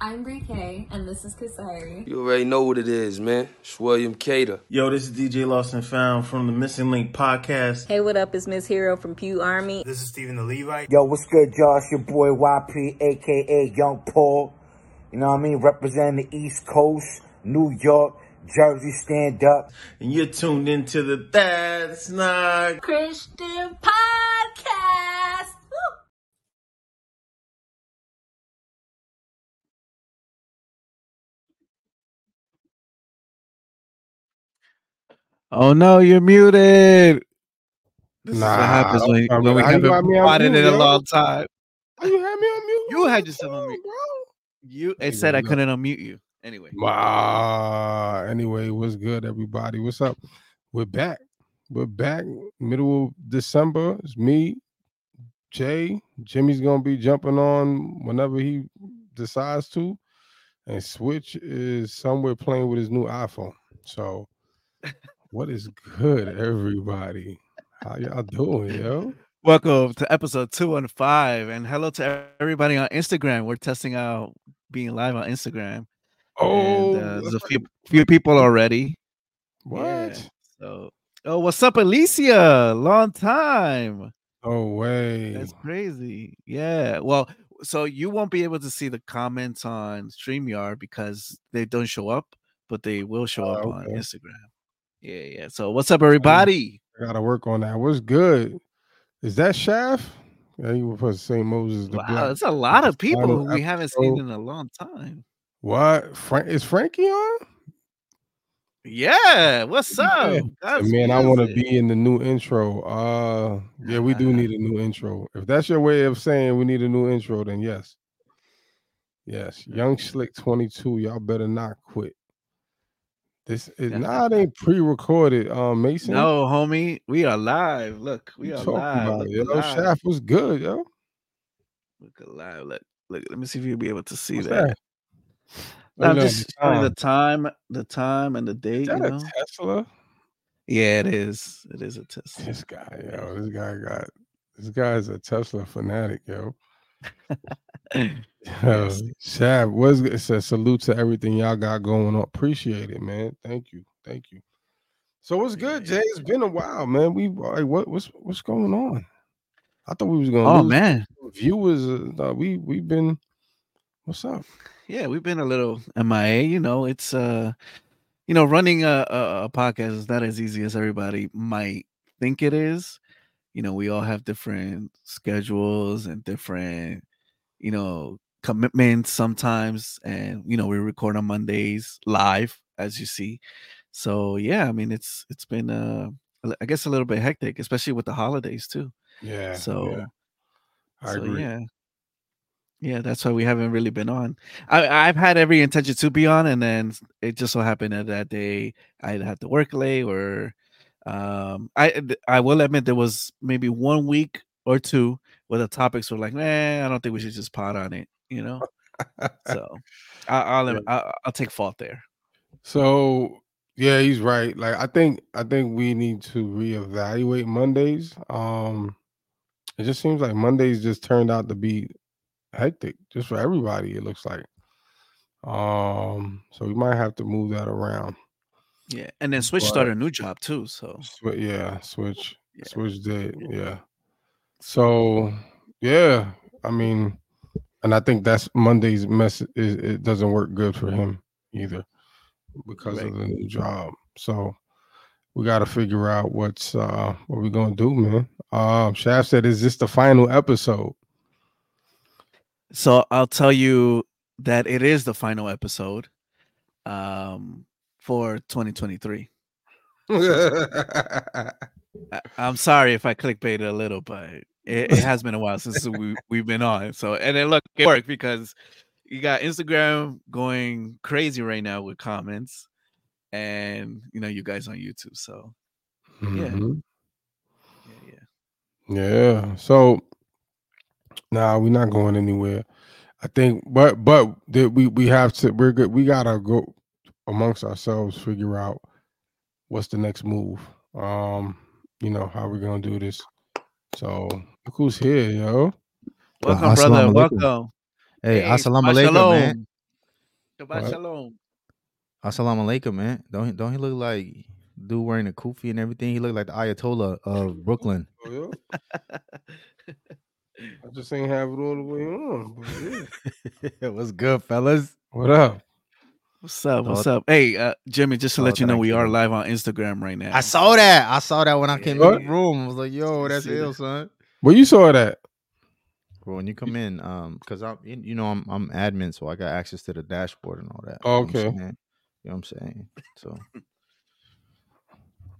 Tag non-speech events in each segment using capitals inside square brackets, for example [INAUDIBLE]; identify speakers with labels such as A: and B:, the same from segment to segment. A: I'm Brie Kay, and this is Kasairi.
B: You already know what it is, man. It's William Cater.
C: Yo, this is DJ Lost and Found from the Missing Link podcast.
A: Hey, what up? It's Miss Hero from Pew Army.
C: This is Stephen the Levite.
D: Yo, what's good, Josh? Your boy YP, aka Young Paul. You know what I mean? Representing the East Coast, New York, Jersey, stand up.
C: And you're tuned into the That's Not
A: Christian Podcast! Woo!
E: Oh no, you're muted. This
F: Nah,
E: is what happens when,
F: I-
E: when we
F: how you got
E: haven't
F: me on
E: plotted
F: mute,
E: in a
F: yo?
E: long time.
F: Oh, you had me on mute?
E: You had yourself on
F: Come
E: mute.
F: bro.
E: You it
F: Nigga,
E: said I
F: no.
E: couldn't unmute you. Anyway,
F: Wow. Anyway, what's good, everybody? What's up? We're back. We're back. Middle of December. It's me, Jay. Jimmy's gonna be jumping on whenever he decides to. And Switch is somewhere playing with his new iPhone. So, what is good, everybody? How y'all doing, yo?
E: welcome to episode two and five, and hello to everybody on Instagram. We're testing out being live on Instagram.
F: Oh,
E: and, uh, there's a
F: that's
E: few few people already.
F: what?
E: Yeah. So, oh, what's up, Alicia? Long time.
F: No way.
E: That's crazy. Yeah. Well, so you won't be able to see the comments on StreamYard because they don't show up, but they will show
F: Oh,
E: up on
F: okay.
E: Instagram. Yeah, yeah. So what's up, everybody?
F: I gotta work on that. What's good? Is that Shaft? Yeah, you were supposed to say Moses the
E: Wow,
F: Black.
E: it's a lot of
F: Just final
E: people who we haven't seen
F: episode.
E: in a long time.
F: What? Frank is Frankie on?
E: Yeah. What's
F: Yeah.
E: up? God's
F: Man, I want to
E: music.
F: be in the new intro. Uh yeah,
E: [LAUGHS]
F: we do need a new intro. If that's your way of saying we need a new intro, then yes. Yes. Young Slick 22. Y'all better not quit. This is
E: Yeah.
F: nah, it ain't pre-recorded. Um Mason.
E: No, homie, we are live. Look,
F: what
E: we
F: you
E: are
F: talking
E: live.
F: about?
E: Look,
F: Yo,
E: alive.
F: Shaft was good, yo.
E: Look alive. Look, look. Let me see if you'll be able to see
F: What's
E: that.
F: that?
E: No, I'm
F: Oh, yeah,
E: just showing the time, the time, and the
F: Is
E: date.
F: that
E: you know?
F: a Tesla?
E: Yeah, it is. It is a [LAUGHS] test. [CLEARS THROAT]
F: This guy, yo, this guy got this guy's a Tesla fanatic, yo. [LAUGHS] yo
E: Yes.
F: Shab, what's good? It's a salute to everything y'all got going on. Appreciate it, man. Thank you, thank you. So what's good,
E: Yeah.
F: Jay? It's been a while, man. We like what what's what's going on? I thought we was gonna
E: Oh
F: lose
E: man,
F: viewers. Uh, nah, we we've been what's up?
E: yeah, we've been a little MIA. You know, it's uh, you know, running a, a, a podcast is not as easy as everybody might think it is. You know, we all have different schedules and different, you know, commitments sometimes, and you know, we record on Mondays live, as you see. So yeah, I mean, it's it's been uh, a li- I guess a little bit hectic, especially with the holidays too.
F: Yeah.
E: so.
F: yeah, I
E: so
F: [LAUGHS] agree.
E: yeah, yeah, that's why we haven't really been on. I, I've had every intention to be on, and then s- it just so happened that that day I either had to work late, or um, I th- I will admit there was maybe one week or two where the topics were like, man, I don't think we should just pot on it, you
F: [LAUGHS]
E: know. So I, I'll,
F: Yeah.
E: admit- I I'll take fault there.
F: So yeah, he's right. Like I think I think we need to reevaluate Mondays. Um it just seems like Mondays just turned out to be hectic just for everybody, it looks like. Um, so we might have to move that around.
E: Yeah, and then Switch
F: But-
E: started a new job too, so
F: Swi- yeah, switch.
E: Yeah.
F: Switch did, yeah. So yeah, I mean, and I think that's Monday's mess is it doesn't work good for him either because
E: Right.
F: of the new job. So we gotta figure out what's uh what we're gonna do, man. Um Shaft said, is this the final
E: [LAUGHS]
F: episode?
E: So I'll tell you that it is the final episode um for 2023. I, I'm sorry if I clickbaited a little, but it, it has been a while since we we've been on. So and then look, it worked because you got Instagram going crazy right now with comments, and you know you guys on YouTube. So
F: Mhm.
E: yeah, yeah.
F: Yeah. So nah, we're not going anywhere. I think but but that we we have to we're good we gotta go amongst ourselves figure out what's the next move. Um, you know, how we're gonna do this. So look who's here, yo.
E: welcome,
G: Well,
E: brother.
G: assalamu alaikum.
E: Welcome.
G: Hey, assalamu alaikum,
E: mashalom.
G: man.
E: Shabbat
F: Right.
E: shalom.
G: Assalamu alaikum, man. Don't he, don't he look like dude wearing a kufi and everything? He look like the Ayatollah of Brooklyn.
F: Oh, yeah. I just ain't have it all the way on. but yeah.
G: What's good, fellas?
F: What up?
E: What's up?
G: No,
E: What's up? Hey, uh, Jimmy, just to let
G: Oh,
E: you know,
G: thank
E: we are
G: you.
E: live on Instagram right now.
G: I saw that. I saw that when I came
E: Yeah.
G: in the room. I was like, "Yo,
E: I
G: that's
E: see
G: ill,
E: that.
G: son."
F: Well, you saw that.
G: Bro, when you come in, um, cause I'm, you you know, I'm, I'm admin, so I got access to the dashboard and all that.
F: Oh,
G: You know what I'm
F: okay.
G: saying? You know what I'm saying? So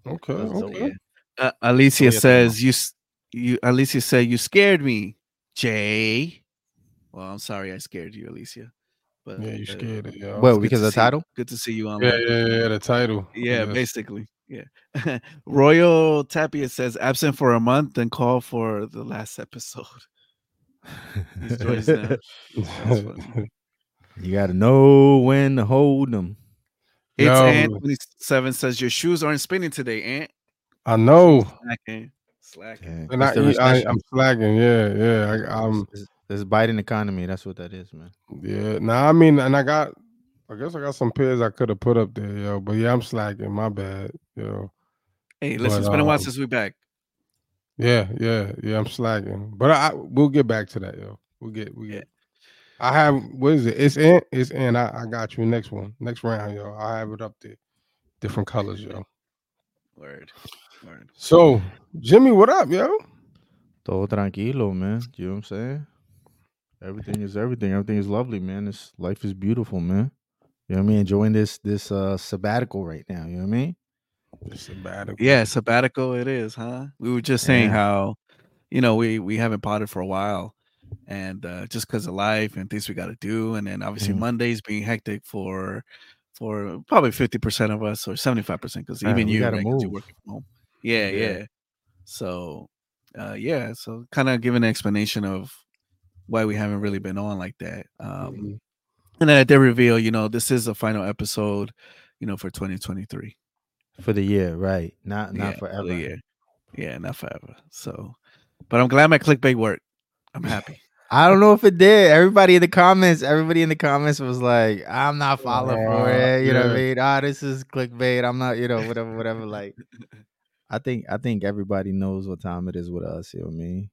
F: Okay.
G: That's dope,
F: okay.
G: yeah.
E: Uh, Alicia
G: Oh, yeah, thank you.
E: says you s- you Alicia said you scared me, Jay. Well, I'm sorry I scared you, Alicia. But
F: Yeah, you
E: uh,
F: scared it, yo.
G: Well,
E: good
G: because
E: to
G: of the
E: see you-
G: title?
E: Good to see you online.
F: Yeah, yeah, yeah. The title.
E: Yeah,
F: Yes.
E: basically. Yeah. [LAUGHS] Royal Tapia says absent for a month, then call for the last episode. He's joined us now. That's funny.
G: [LAUGHS] you gotta know when to hold them.
E: It's
F: Yo.
E: Ant twenty seven says your shoes aren't spinning today, Ant.
F: [LAUGHS] I know.
E: Slacking. Slacking.
F: And I, I, I'm slacking. Yeah, yeah. I, I'm.
G: it's, it's Biden economy. That's what that is, man.
F: Yeah, nah, I mean, and I got, I guess I got some pairs I could have put up there, yo. But yeah, I'm slacking. My bad, yo.
E: Hey, listen,
F: But,
E: it's been a while
F: um,
E: since we back.
F: Yeah, yeah, yeah. I'm slacking. But I, I we'll get back to that, yo. We'll get, we
E: Yeah.
F: get. I have what is it? It's in, it's in. I, I got you. Next one, next round, yo. I have it up there, different colors, yo.
E: Word. Word.
F: So, Jimmy, what up, yo?
G: Todo tranquilo, man. You know what I'm saying? Everything is everything. Everything is lovely, man. This life is beautiful, man. You know what I mean? Enjoying this this uh sabbatical right now. You know what I mean?
F: It's about
E: Yeah, sabbatical it is, huh? We were just saying
G: Yeah.
E: how, you know, we we haven't potted for a while, and uh, just because of life and things we got to do, and then obviously
G: Mhm.
E: Mondays being hectic for, for probably fifty percent of us or seventy five percent because
G: Right,
E: even
G: Uh, we
E: you,
G: gotta
E: right, 'cause you're
G: move.
E: working from home. Yeah, yeah.
G: Yeah.
E: So, uh, yeah. So kind of giving an explanation of why we haven't really been on like that. Um,
G: Mm-hmm.
F: Mhm.
E: And then at the reveal, you know, this is the final episode, you know, for twenty twenty three
G: For the year, right? Not not
E: for
G: forever.
E: the year. Yeah, not forever. So, but I'm glad my clickbait worked. I'm
G: [LAUGHS]
E: happy.
G: I don't know if it did. Everybody in the comments, everybody in the comments was like, "I'm not falling for
F: Uh,
G: it." You know what I
F: yeah.
G: mean? Ah, this is clickbait. I'm not. You know, whatever, whatever. Like,
E: [LAUGHS]
G: I think I think everybody knows what time it is with us. You know what I mean?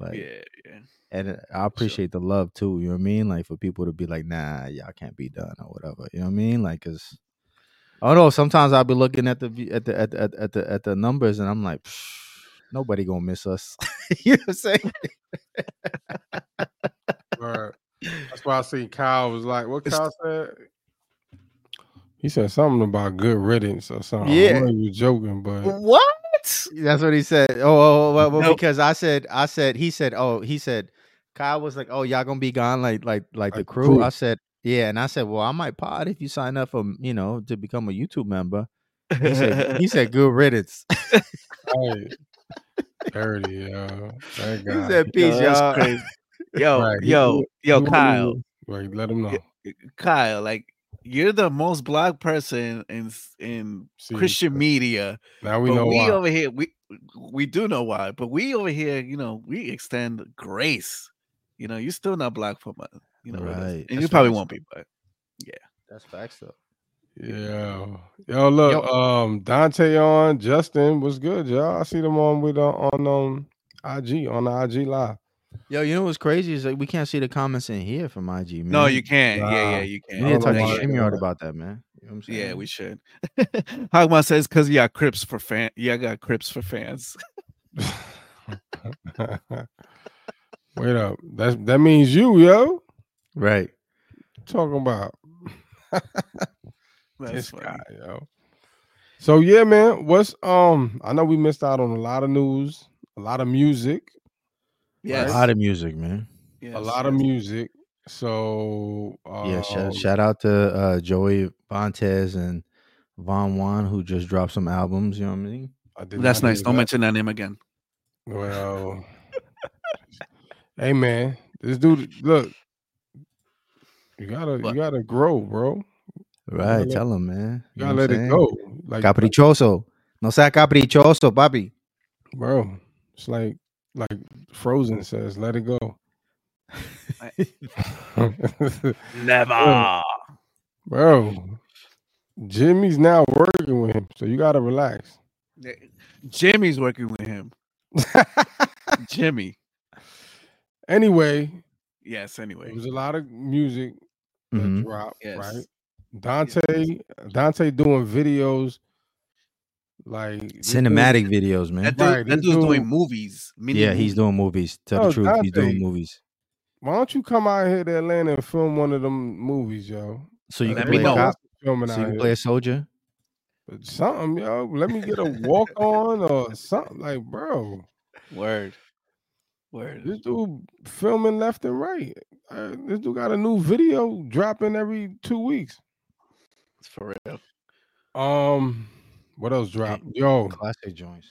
G: Like,
E: yeah, yeah.
G: and uh, I appreciate the love too. You know what I mean? Like for people to be like, nah, y'all can't be done or whatever. You know what I mean? Like, cause I don't know. Sometimes I'll be looking at the view- at the at the, at the, at the, at the numbers, and I'm like, "Psh, nobody gonna miss us. [LAUGHS] you know what I'm [LAUGHS] saying?
F: Right. That's why I see Kyle was like, what Kyle said? He said something about good riddance or something.
G: Yeah.
F: I know he was
E: [LAUGHS]
F: joking, but
G: What? That's what he said. Oh, oh, oh, well, well,
E: Nope.
G: because I said, I said, he said, oh, he said, Kyle was like, oh, y'all gonna be gone, like, like, like the
F: Like
G: crew. I
F: crew.
G: said, yeah, and I said, well, I might pod if you sign up for, you know, to become a YouTube member. He said,
E: [LAUGHS]
G: he [LAUGHS] said, good riddance.
F: hey, dirty, yo. Thank
G: he
F: God.
G: said, peace,
E: that's
G: y'all.
E: crazy. [LAUGHS] Yo,
F: Right, he-
E: yo, yo,
F: You wanna-
E: Kyle,
F: Right, let him know.
E: Yeah. Kyle, like you're the most blocked person in s- in
F: See,
E: Christian media.
F: Now we
E: but
F: know
E: we
F: why.
E: over here, we we do know why, but we over here, you know, we extend grace. You know, you're still not blocked from us. You know, with us.
G: Right,
E: and
G: that's
E: you probably
G: facts.
E: won't be, but
G: That's facts, though.
F: Yeah. Yo, look, um, Dante on Justin was good, y'all. I see them on with uh, on um IG on the IG live. [LAUGHS]
G: Yo, you know what's crazy is like we can't see the comments in here from IG, man.
E: no, you can't. Yeah,
F: Nah.
E: yeah, you can't.
G: You need to
F: I
G: talk
F: don't
G: to
F: know why-
G: Shimyard about that, man. You know what I'm saying?
E: Yeah, we should. [LAUGHS] Hogma says because y'all crips for fan, y'all got crips for fans. [LAUGHS]
F: Wait up. That's that means you, yo.
G: right.
F: Talking about
E: That's
F: this
E: funny.
F: guy, yo. So yeah, man. What's um? I know we missed out on a lot of news, a lot of music,
E: Yes,
G: A lot of music, man.
E: yes,
F: a lot of
E: yes.
F: music. So um,
G: Yeah,
E: Oh.
G: shout, shout out to uh, Joey Vontez and Von Juan who just dropped some albums. You know what I mean?
F: I did
E: That's
F: not
E: nice.
F: hear
E: Don't
F: that.
E: mention that name again. [LAUGHS]
F: Well, hey man, this dude, look, you gotta,
E: What?
F: you gotta grow, bro.
G: Right,
F: let-
G: tell him, man.
F: You gotta
G: know what I'm
F: let it
G: saying?
F: go, like,
G: Caprichoso, no sea caprichoso, papi.
F: bro. It's like, like Frozen says, let it go. [LAUGHS]
E: [LAUGHS] Never.
G: Ah.
F: bro. Jimmy's now working with him, so you gotta relax.
E: Jimmy's working with
G: [LAUGHS]
E: him. Jimmy.
F: anyway,
E: Yes.
F: there
E: Anyway.
F: was a lot of music that
G: Mhm.
F: dropped,
E: Yes.
F: right? Dante, Dante doing videos like this dude-
G: Cinematic videos, man.
E: That, dude,
F: Right,
E: that
F: this
E: dude's doing
F: dude-
E: movies. mini
G: yeah, he's
E: movies.
G: doing movies. Tell
F: Oh,
G: the truth, he's doing
F: Dante.
G: movies.
F: Why don't you come out here to Atlanta and film one of them movies, yo?
G: So you
E: Let
G: can
E: me
G: play
E: know.
G: a cop.
F: Filming
G: So
F: out
G: you can
F: here.
G: play a soldier.
F: But something, yo. Let me get a
G: [LAUGHS]
F: walk on or something, like, bro.
E: Word. Word.
F: This dude filming left and right. Uh, this dude got a new video dropping every two weeks.
E: It's for real.
F: Um, what else dropped?
E: Oh.
F: Yo,
G: Classic joints.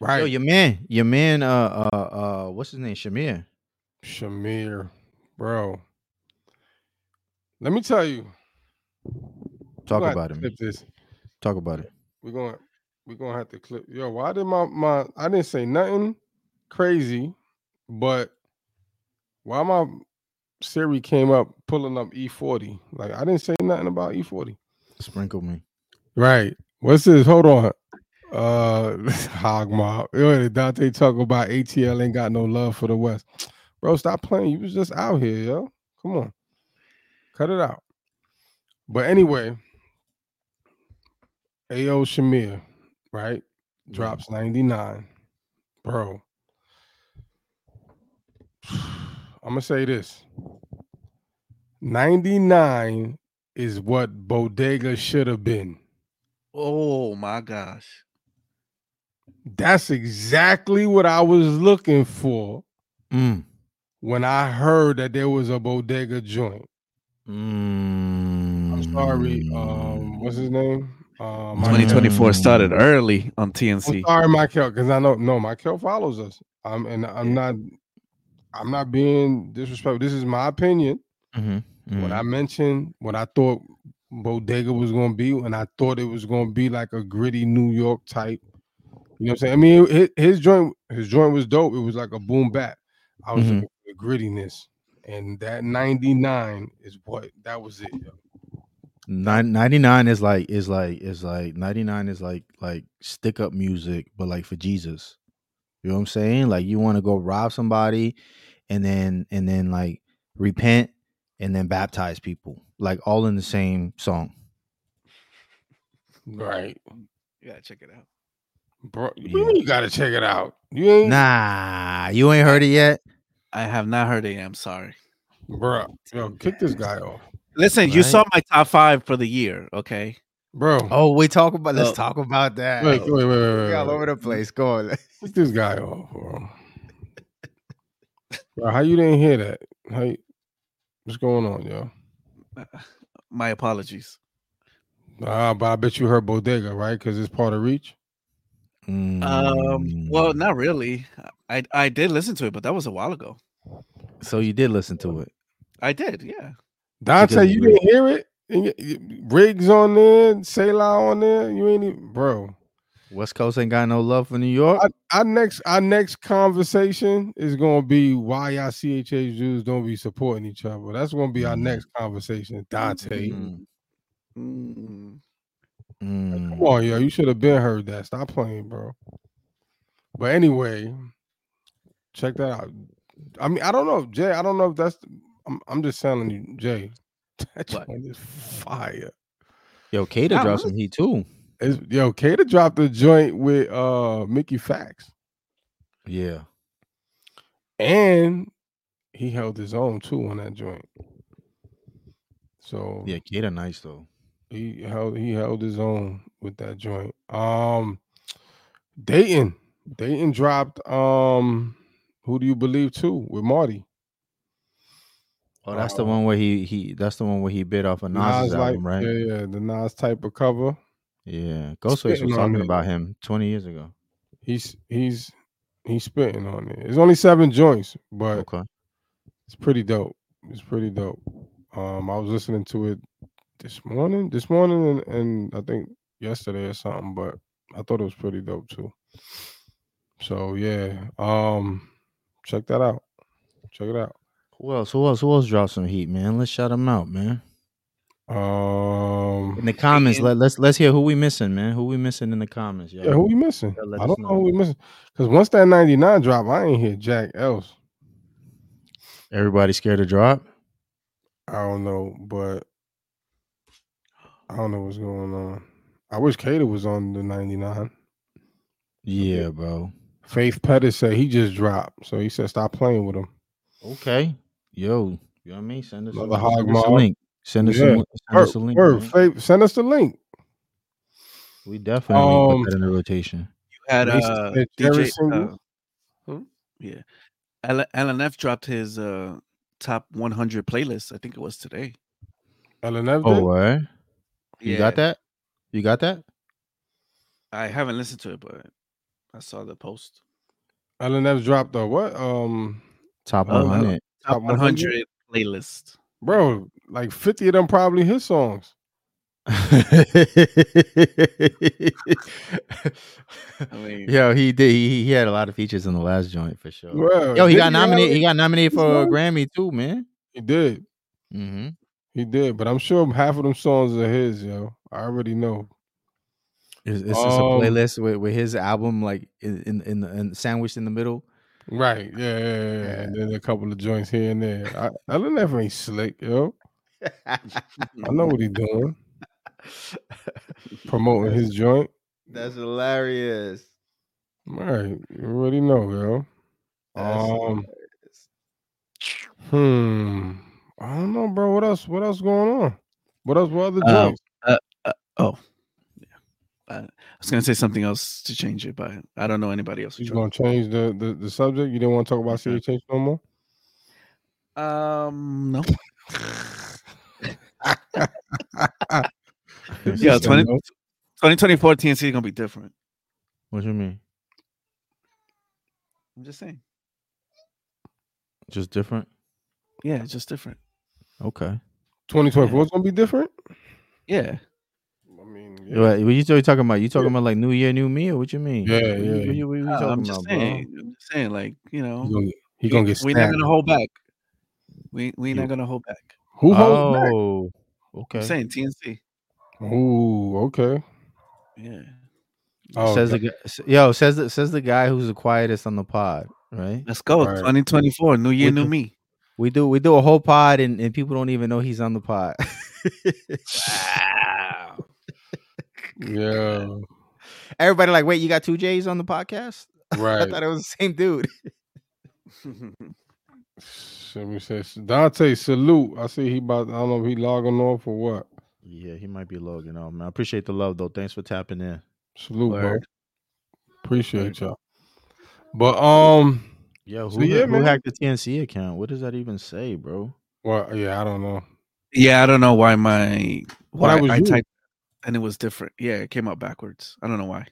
G: Yo,
F: right,
G: your man, your man. Uh, uh, uh, what's his name? Shamir.
F: Shamir, bro. Let me tell you.
G: Talk
F: we're gonna have
G: about
F: to
G: him.
F: Clip this.
G: Talk about it.
F: We're going. to We're gonna have to clip. Yo, why did my my? I didn't say nothing crazy, but why my Siri came up pulling up E40? Like I didn't say nothing about E E40.
G: Sprinkle me.
F: Right. What's this? Hold on. Uh [LAUGHS] hog mob. Yo, Dante talk about ATL ain't got no love for the West. [SNIFFS] Bro, stop playing. You was just out here, yo. Come on. Cut it out. But anyway, AO Shamir, right? Drops 99. Bro. [SIGHS] I'ma say this. 99 is what Bodega should have been.
E: Oh my gosh.
F: That's exactly what I was looking for
G: Mm.
F: when I heard that there was a bodega joint.
G: Mm.
F: I'm sorry, um, what's his name? Uh, Michael.
E: 2024 started
G: Mm.
E: early on
F: I'm
E: TNC.
F: sorry, Michael, because I know no Michael follows us. Um, and I'm not, I'm not being disrespectful. This is my opinion.
G: Mhm,
F: When
G: mhm.
F: I mentioned what I thought bodega was going to be, and I thought it was going to be like a gritty New York type. You know what I'm saying? I mean, his, his joint, his joint was dope. It was like a boom bap. I was
G: Mhm.
F: looking for the grittiness, and that '99 is what that was it. yo.
G: Nine, 99 is like is like is like 99 is like like stick up music but like for Jesus. You know what I'm saying? Like you want to go rob somebody and then and then like repent and then baptize people. Like all in the same song.
F: Right,
E: Yeah, check it out.
F: bro. You,
G: Yeah.
F: mean you gotta check it out. You ain't,
G: Nah, you ain't heard it yet.
E: I have not heard it. I'm sorry.
F: bro. Yo, kick this guy off,
E: Listen, you saw
G: Right?
E: my top five for the year. Okay.
F: bro.
G: Oh, we talk about let's
E: Oh.
G: talk about that.
F: wait, wait, wait, wait,
G: We
F: wait,
G: all
F: wait.
G: over the place. Go on.
F: Kick this guy off, bro. bro how you didn't hear that? How you, what's going on, yo?
E: Uh, My apologies.
F: Uh, but I bet you heard bodega, right? Because it's part of reach.
E: Um, well,
G: Mm.
E: not really. I I did listen to it, but that was a while ago.
G: So you did listen to it.
E: I did, yeah.
F: Dante,
G: Because
F: you
G: of
F: didn't hear it. And y- y- Riggs on there, Selah on there. You ain't even, bro.
G: West Coast ain't got no love for New York.
F: Our, our next, our next conversation is gonna be why y'all CHH Jews don't be supporting each other. That's gonna be our
G: Mm.
F: next conversation, Dante.
G: Mm.
E: Mm.
G: Mm.
F: Come on, yo, you should have been heard that. Stop playing, bro. But anyway, check that out. I mean, I don't know, Jay. I don't know if that's. I'm, I'm just telling you, Jay. [LAUGHS] That
E: What?
F: joint is fire.
G: Yo, Kata
E: Nah,
G: dropped
E: what
G: some heat too.
F: It's, yo, Kata dropped a joint with uh Mickey Fax,
G: Yeah.
F: and he held his own too on that joint. So
G: Yeah, Kata nice though.
F: he held he held his own with that joint. Um, Dayton, Dayton dropped. Um, who do you believe too with Marty?
G: Oh, that's
F: Uh,
G: the one where he he that's the one where he bit off a Nas's album,
F: like-
G: right?
F: Yeah, yeah, the Nas type of cover.
G: Yeah. Ghostface
F: Spitting
G: was
F: on
G: talking
F: it.
G: about him 20 years ago.
F: He's he's he's spitting on it. It's only seven joints, but
G: Okay.
F: it's pretty dope. It's pretty dope. Um, I was listening to it this morning, this morning, and, and I think yesterday or something. But I thought it was pretty dope too. So yeah, um, check that out. Check it out.
G: Who else? Who else? Who else dropped some heat, man? Let's shout him out, man.
F: Um,
G: In the comments, let, let's let's hear who we missing, man. Who we missing in the comments? Yo.
F: yeah, who we missing?
G: Yeah, let
F: I
G: us
F: don't know
G: know.
F: who we missing. Because once that 99 drop, I ain't hear Jack else.
G: Everybody scared to drop.
F: I don't know, but I don't know what's going on. I wish Kato was on the 99.
G: Yeah, bro.
F: Faith Pettis said he just dropped. So he said, stop playing with him.
G: Okay. Yo, you know what I mean? Send us, a,
F: Another hog
G: send us a
F: mob.
G: link. Send us,
F: Yeah.
G: a, send us a
F: Word,
G: link.
F: word,
G: man.
F: Faith, send us the link.
G: We definitely
F: Um,
G: put that in the rotation.
E: You had
F: Mason
E: uh,
F: said Jerry
E: DJ,
F: Single.
E: uh, who? yeah, Alan, Alan F dropped his uh top 100 playlist. I think it was today.
F: LNF
G: Oh,
F: oh,
G: word. You
E: Yeah,
G: got that? You got that?
E: I haven't listened to it, but I saw the post.
F: LNF dropped the what? Um,
G: Top
E: Oh,
G: 100.
E: Top 100 playlist.
F: Bro, like 50 of them probably his songs.
E: I mean,
G: [LAUGHS] Yo, he did. He, he had a lot of features in the last joint for sure.
F: Bro,
G: Yo, he
F: didn't
G: got nominated. He got nominated
F: He's
G: for a
F: nice.
G: Grammy too, man.
F: He did.
G: Mm-hmm.
F: He did. But I'm sure half of them songs are his, yo. I already know.
G: It's,
F: it's just a Um,
G: playlist with, with his album like in in, in, the, in sandwiched in
F: [LAUGHS]
G: the [LAUGHS] middle.
F: Right. Yeah, yeah, yeah. yeah. And then a couple of joints here and there. I, LNF ain't slick, yo. I know what he doing. Promoting his joint.
G: That's hilarious.
F: All right. You already know, yo. Um,
G: [LAUGHS]
F: hmm. I don't know, bro. What else? What else going on? What else? What other
E: Um,
F: joints?
E: I was gonna say something else to change it, but I don't know anybody else. Who
F: you
E: dropped.
F: gonna change the, the the subject? You didn't want to talk about
E: Okay.
F: CHH no more.
E: Um, [LAUGHS] no.
F: You
E: Yo,
F: said
E: 20,
F: no.
E: 2024 TNC is gonna be different.
G: What you mean?
E: I'm just saying.
G: Just different.
E: Yeah, it's just different.
G: Okay.
F: 2024 is gonna be different.
E: Yeah.
F: I mean,
G: Yeah. What, what you what you talking about? You talking about like New Year, New Me, or what you mean?
F: Yeah,
G: What you-
F: yeah.
G: What, you- what you
E: No,
G: talking
E: I'm just
G: about,
E: saying. I'm just saying, like you know,
F: He gonna, he gonna get
E: we're not
F: stabbed.
E: gonna hold back. We we're
F: Yeah.
E: not gonna hold back.
F: Who
G: bro?
F: holds back?
G: Oh, okay.
E: I'm saying TNC.
F: Ooh, okay.
E: Yeah.
F: Oh,
G: says
F: God.
G: the guy, yo says the, says the guy who's the quietest on the pod, right?
E: Let's go.
F: Alright.
E: 2024, new year,
G: With
E: new
G: the-
E: me.
G: We do we do a whole pod and, and people don't even know he's on the pod. [LAUGHS]
F: [LAUGHS] yeah,
G: Everybody like, wait, you got two J's on the podcast? I
F: right.
G: [LAUGHS] thought it was the same dude.
F: Shimmy says Dante salute. I see he about. I don't know if he logging off or what.
G: Yeah, he might be logging on, man. I appreciate the love though. Thanks for tapping in.
F: Salute, bro.
G: Word.
F: Appreciate y'all. But um,
G: Yo,
F: So,
G: who,
F: yeah,
G: who
F: man.
G: hacked the TNC account? What does that even say, bro?
F: well, yeah, I don't know.
E: yeah, I don't know why my why
F: was
E: I
F: you.
E: typed and it was different. Yeah, it came out backwards. I don't know why.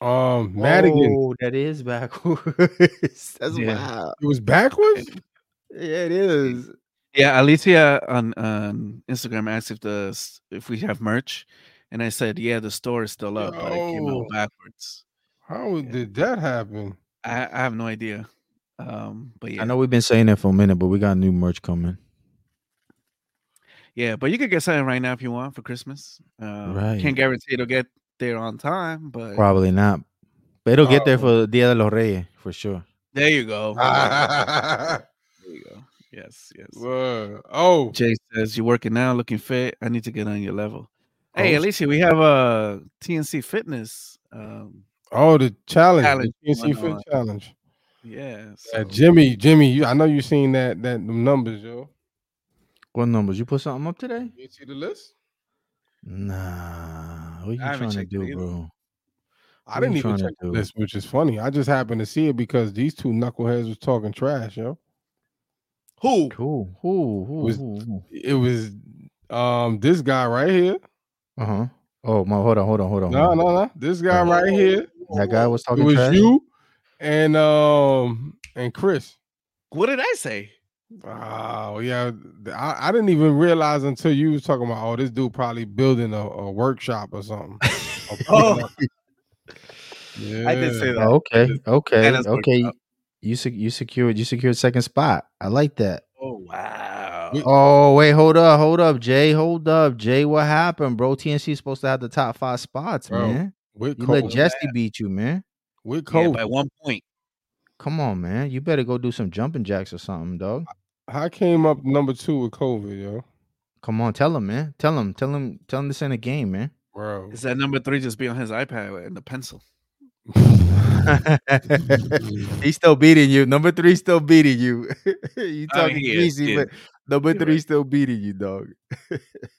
F: Um, Madigan.
G: Oh, that is backwards. That's
E: Yeah.
G: wild.
F: It was
G: [LAUGHS]
F: backwards.
G: Yeah, it is.
E: Yeah, Alicia on on Instagram asked if the s- if we have merch, and I said, yeah, the store is still up, but it came out
F: Yo.
E: backwards.
F: How
E: Yeah.
F: did that
G: [LAUGHS]
F: happen?
E: I, I have no idea. Um, but yeah,
G: I know we've been saying that for a minute, but we got new merch coming.
E: yeah, but you could get something right now if you want for Christmas. Uh,
G: Right.
E: Can't guarantee it'll get there on time, but
G: Probably not. But it'll get there
F: Oh.
G: for Dia de los Reyes for sure.
E: there you go.
G: [LAUGHS]
E: There you go. Yes, yes.
F: Word. Oh,
E: Jay says you're working now, looking fit. I need to get on your level.
F: Oh,
E: Hey,
F: s-
E: Alicia, we have uh, a TNC Fitness. Um,
F: oh, the challenge,
E: Challenge
F: the PNC
E: going
F: Fit
E: on.
F: challenge.
E: yeah.
F: Uh,
E: so-
F: Jimmy, Jimmy, you, I know you seen that that them numbers, yo.
G: What numbers? You put something up today?
F: You see the list?
G: Nah. What you
E: I haven't
G: trying to
E: checked it
G: do,
E: either.
G: bro?
F: I
G: What
F: didn't
G: you
F: even
G: tryna
F: check the
G: do?
F: list, which is funny. I just happened to see it because these two knuckleheads was talking trash, yo.
E: Who?
G: Who? Who? Who?
F: Was-
G: who, who?
F: It was um this guy right here.
G: Uh huh. Oh my! Hold on! Hold on! Hold on!
F: No,
G: hold on.
F: no, no. This guy
G: Oh.
F: right here.
G: That guy was
F: It
G: talking
F: was
G: trash.
F: you and um and Chris.
E: What did I say?
F: Oh yeah, th- I, I didn't even realize until you was talking about oh this dude probably building a, a workshop
E: [LAUGHS]
F: or something. Or putting up-
E: Oh. I did say
F: Yeah.
E: that.
G: Oh, okay. Okay.
E: Anna's working
G: Okay.
E: out.
G: You sec- you secured you secured second spot. I like that.
E: Oh wow! Wow.
F: We-
G: Oh wait, hold up, hold up, Jay, hold up, Jay. What happened, bro? TNC is supposed to have the top five spots,
F: Bro,
G: man.
F: We're
G: You
F: cold.
G: let Jesse beat you, man.
F: We're
E: Yeah,
F: cold.
E: by one point.
G: Come on, man. You better go do some jumping jacks or something, dog.
F: I came up number two with COVID, yo.
G: Come on, tell him, man. Tell him, tell him, tell him this ain't a game, man.
F: Bro.
G: [LAUGHS]
E: Is that number three just be on his iPad and the pencil?
G: He's still beating you. Number three still beating you. [LAUGHS] you
E: I mean,
G: talking
E: he is,
G: easy,
E: yeah.
G: but number
E: You're
G: three
E: right.
G: still beating you, dog.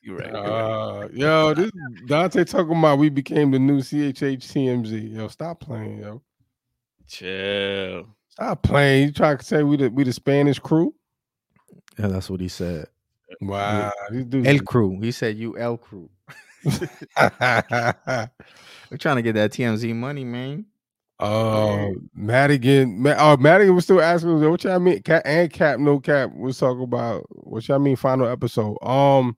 E: You're right. you're right.
F: [LAUGHS] Uh,
G: oh,
F: yo, this Dante talking about we became the new CHHTMZ. Yo, stop playing, yo.
E: [LAUGHS] Chill.
F: Stop playing. You trying to say we the we the Spanish crew?
G: Yeah, that's what he said.
F: Wow, these dudes.
G: El crew. He said you El crew. [LAUGHS] We're trying to get that TMZ money, man.
F: Oh, Madigan. Ma- Oh, Madigan was still asking us, what y'all mean. Cap and Cap, no Cap was talking about what y'all mean. Final episode. Um,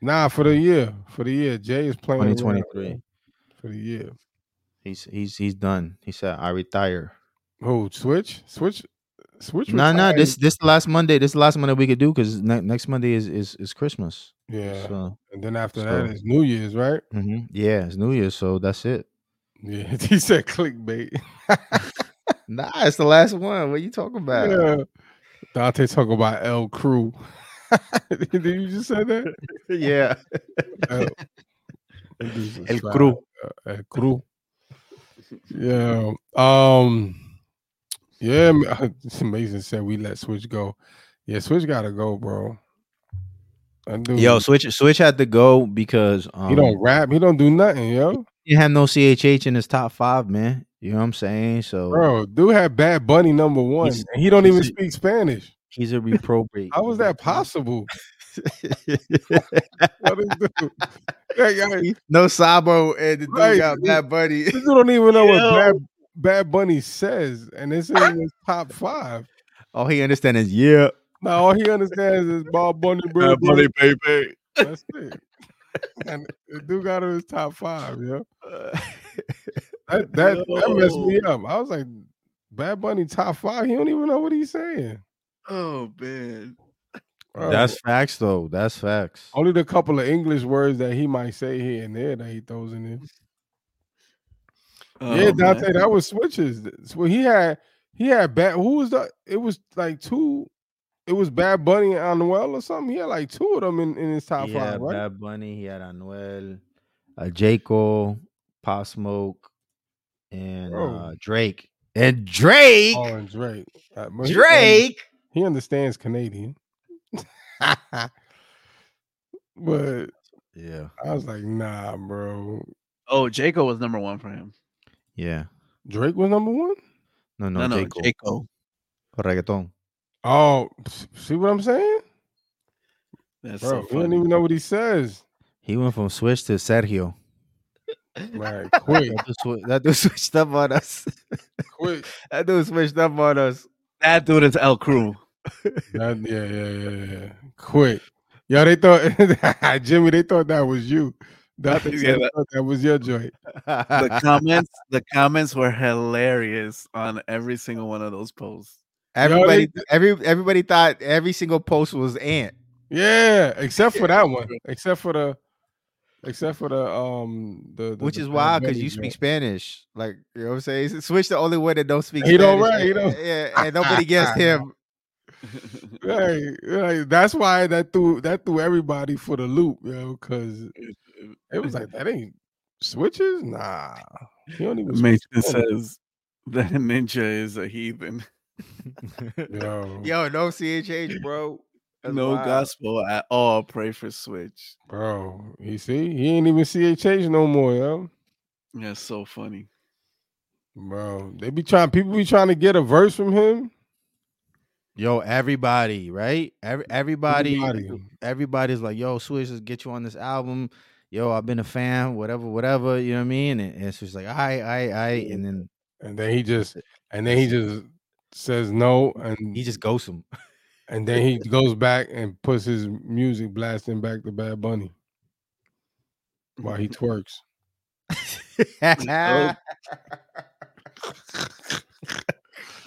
F: nah, for the year, for the year, Jay is playing around,
G: 2023.
F: for the year.
G: He's he's he's done. He said I retire.
F: Oh, switch, switch, switch.
G: No, no,
F: retired.
G: this this the last Monday. This the last Monday we could do because ne- next Monday is is is Christmas.
F: yeah,
G: So,
F: and then after
G: so-
F: that is New Year's, right?
G: mhm. yeah, it's New Year's, so that's it.
F: Yeah, [LAUGHS] he said clickbait.
G: Nah, it's the last one. What you talking about?
F: yeah. [LAUGHS] Dante talking about L Crew. [LAUGHS] Did you just say that?
G: [LAUGHS] yeah.
F: [LAUGHS] El, That dude's a
G: Oh. El
F: sly-
G: Crew.
F: uh, El Crew. Yeah. Um. Yeah. [LAUGHS] ma- Mason said we let Switch go. Yeah, Switch gotta go, bro. That dude,
G: Yo, switch switch had to go because um,
F: he don't rap. He don't do nothing, yo.
G: he didn't have no CHH in his top five, man. You know what I'm saying? So
F: Bro, dude had Bad Bunny number one.
G: He's-
F: and he don't even
G: he's-
F: speak Spanish.
G: he's a reprobate.
F: How was
G: [LAUGHS]
F: that possible? What is [LAUGHS] dude? That guy-
G: no Sabo and the dude
F: Right.
G: got Bad Buddy.
F: This dude don't even know
E: Yo.
F: what Bad, Bad Bunny says, and this is his top five.
G: All he understand is [LAUGHS] yeah.
F: Now all he understands is Bob Bunny, bro.
G: baby.
F: That's it. And the dude got in his top five, yo. That that, that messed me up. I was like, Bad Bunny top five. He don't even know what he's saying.
E: Oh man.
F: Bro,
G: That's facts, though. That's facts.
F: only the couple of English words that he might say here and there that he throws in there.
E: Oh,
F: yeah,
E: man.
F: Dante, that was switches. So he had he had bad. Who was the? It was like two. It was Bad Bunny and Anuel or something. He had like two of them in, in his top
G: he
F: five,
G: had
F: right?
G: Bad Bunny, he had Anuel, uh, J. Cole, Pop Smoke, and
F: Bro.
G: uh, Drake. And Drake,
F: Oh, and Drake. Uh, but he-
G: Drake.
F: he understands Canadian. but
G: Yeah,
F: I was like, nah, bro.
E: Oh, Jaco was number one for him.
G: yeah.
F: Drake was number one.
G: No, no,
E: No, no,
G: J. Cole.
E: Jaco.
G: Reggaeton.
F: Oh, s- see what I'm saying,
E: That's
F: bro?
E: so
F: he don't
E: funny.
F: even know what he says.
G: He went from Switch to Sergio.
F: Right, [LAUGHS] quick,
G: That dude, swi- that [LAUGHS] dude switched up on us.
F: quick.
G: That dude switched up on us.
E: That dude is El Crew.
F: That- yeah, yeah, yeah, yeah. Quick. Yo, they thought [LAUGHS] Jimmy, they thought that was you. Dante
E: Yeah,
F: said they
E: that-
F: thought that was your joint.
G: [LAUGHS]
E: The comments, the comments were hilarious on every single one of those posts.
G: everybody, every everybody thought every single post was Ant.
F: Yeah, except for that one. Except for the except for the um the, the-
G: Which
F: the
G: is
F: Bad
G: wild because
F: Bunny
G: you
F: joint.
G: speak Spanish. Like you know what I'm saying? Switch the only one that don't speak
F: He don't
G: Spanish,
F: write, he
G: and-
F: don't-
G: Yeah, and nobody guessed
F: [LAUGHS]
G: him.
F: Right, right. That's why that threw that threw everybody for the loop, yo. Because it was like that ain't switches. Nah, he
E: [LAUGHS]
F: don't even. switch
E: Mason
F: corners.
E: says that ninja is a heathen.
F: yo,
G: Yo, no CHH, bro. That's
E: no
G: wild.
E: gospel at all. Pray for Switch.
F: bro. You see, he ain't even CHH no more, yo.
E: That's so funny.
F: Bro, they be trying. People be trying to get a verse from him.
G: Yo, everybody, right? Every, everybody,
F: Everybody.
G: everybody's like, yo, Switch, let's get you on this album. Yo, I've been a fan, whatever, whatever. You know what I mean? And, and she's like, I, I, I, and then
F: And then he just, and then he just says no, and
G: he just ghosts [LAUGHS] him.
F: and then he goes back and puts his music blasting back to Bad Bunny while he twerks.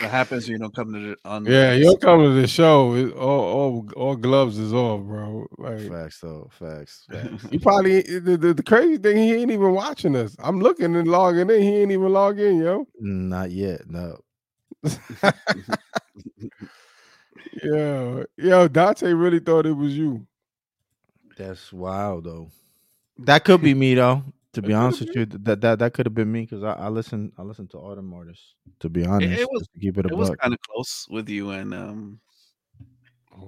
E: what happens when you don't come to the on the-
F: Yeah, you're coming to the show. It, all, all, all gloves is off, bro. Like
G: Facts though. Facts. facts.
F: you probably eh, the, the, the crazy thing he ain't even watching us. I'm looking and logging in. He ain't even log in, yo.
G: Not yet. No.
F: Yeah, yo, Dante really thought it was you.
G: That's wild though. That could be me though. To be
F: That
G: honest
F: could've
G: with you, th- that that that could have been me because I, I listen I listen to all them artists. To be honest,
E: was-
G: just to keep it a
E: it was
G: buck.
E: kind of close with you and um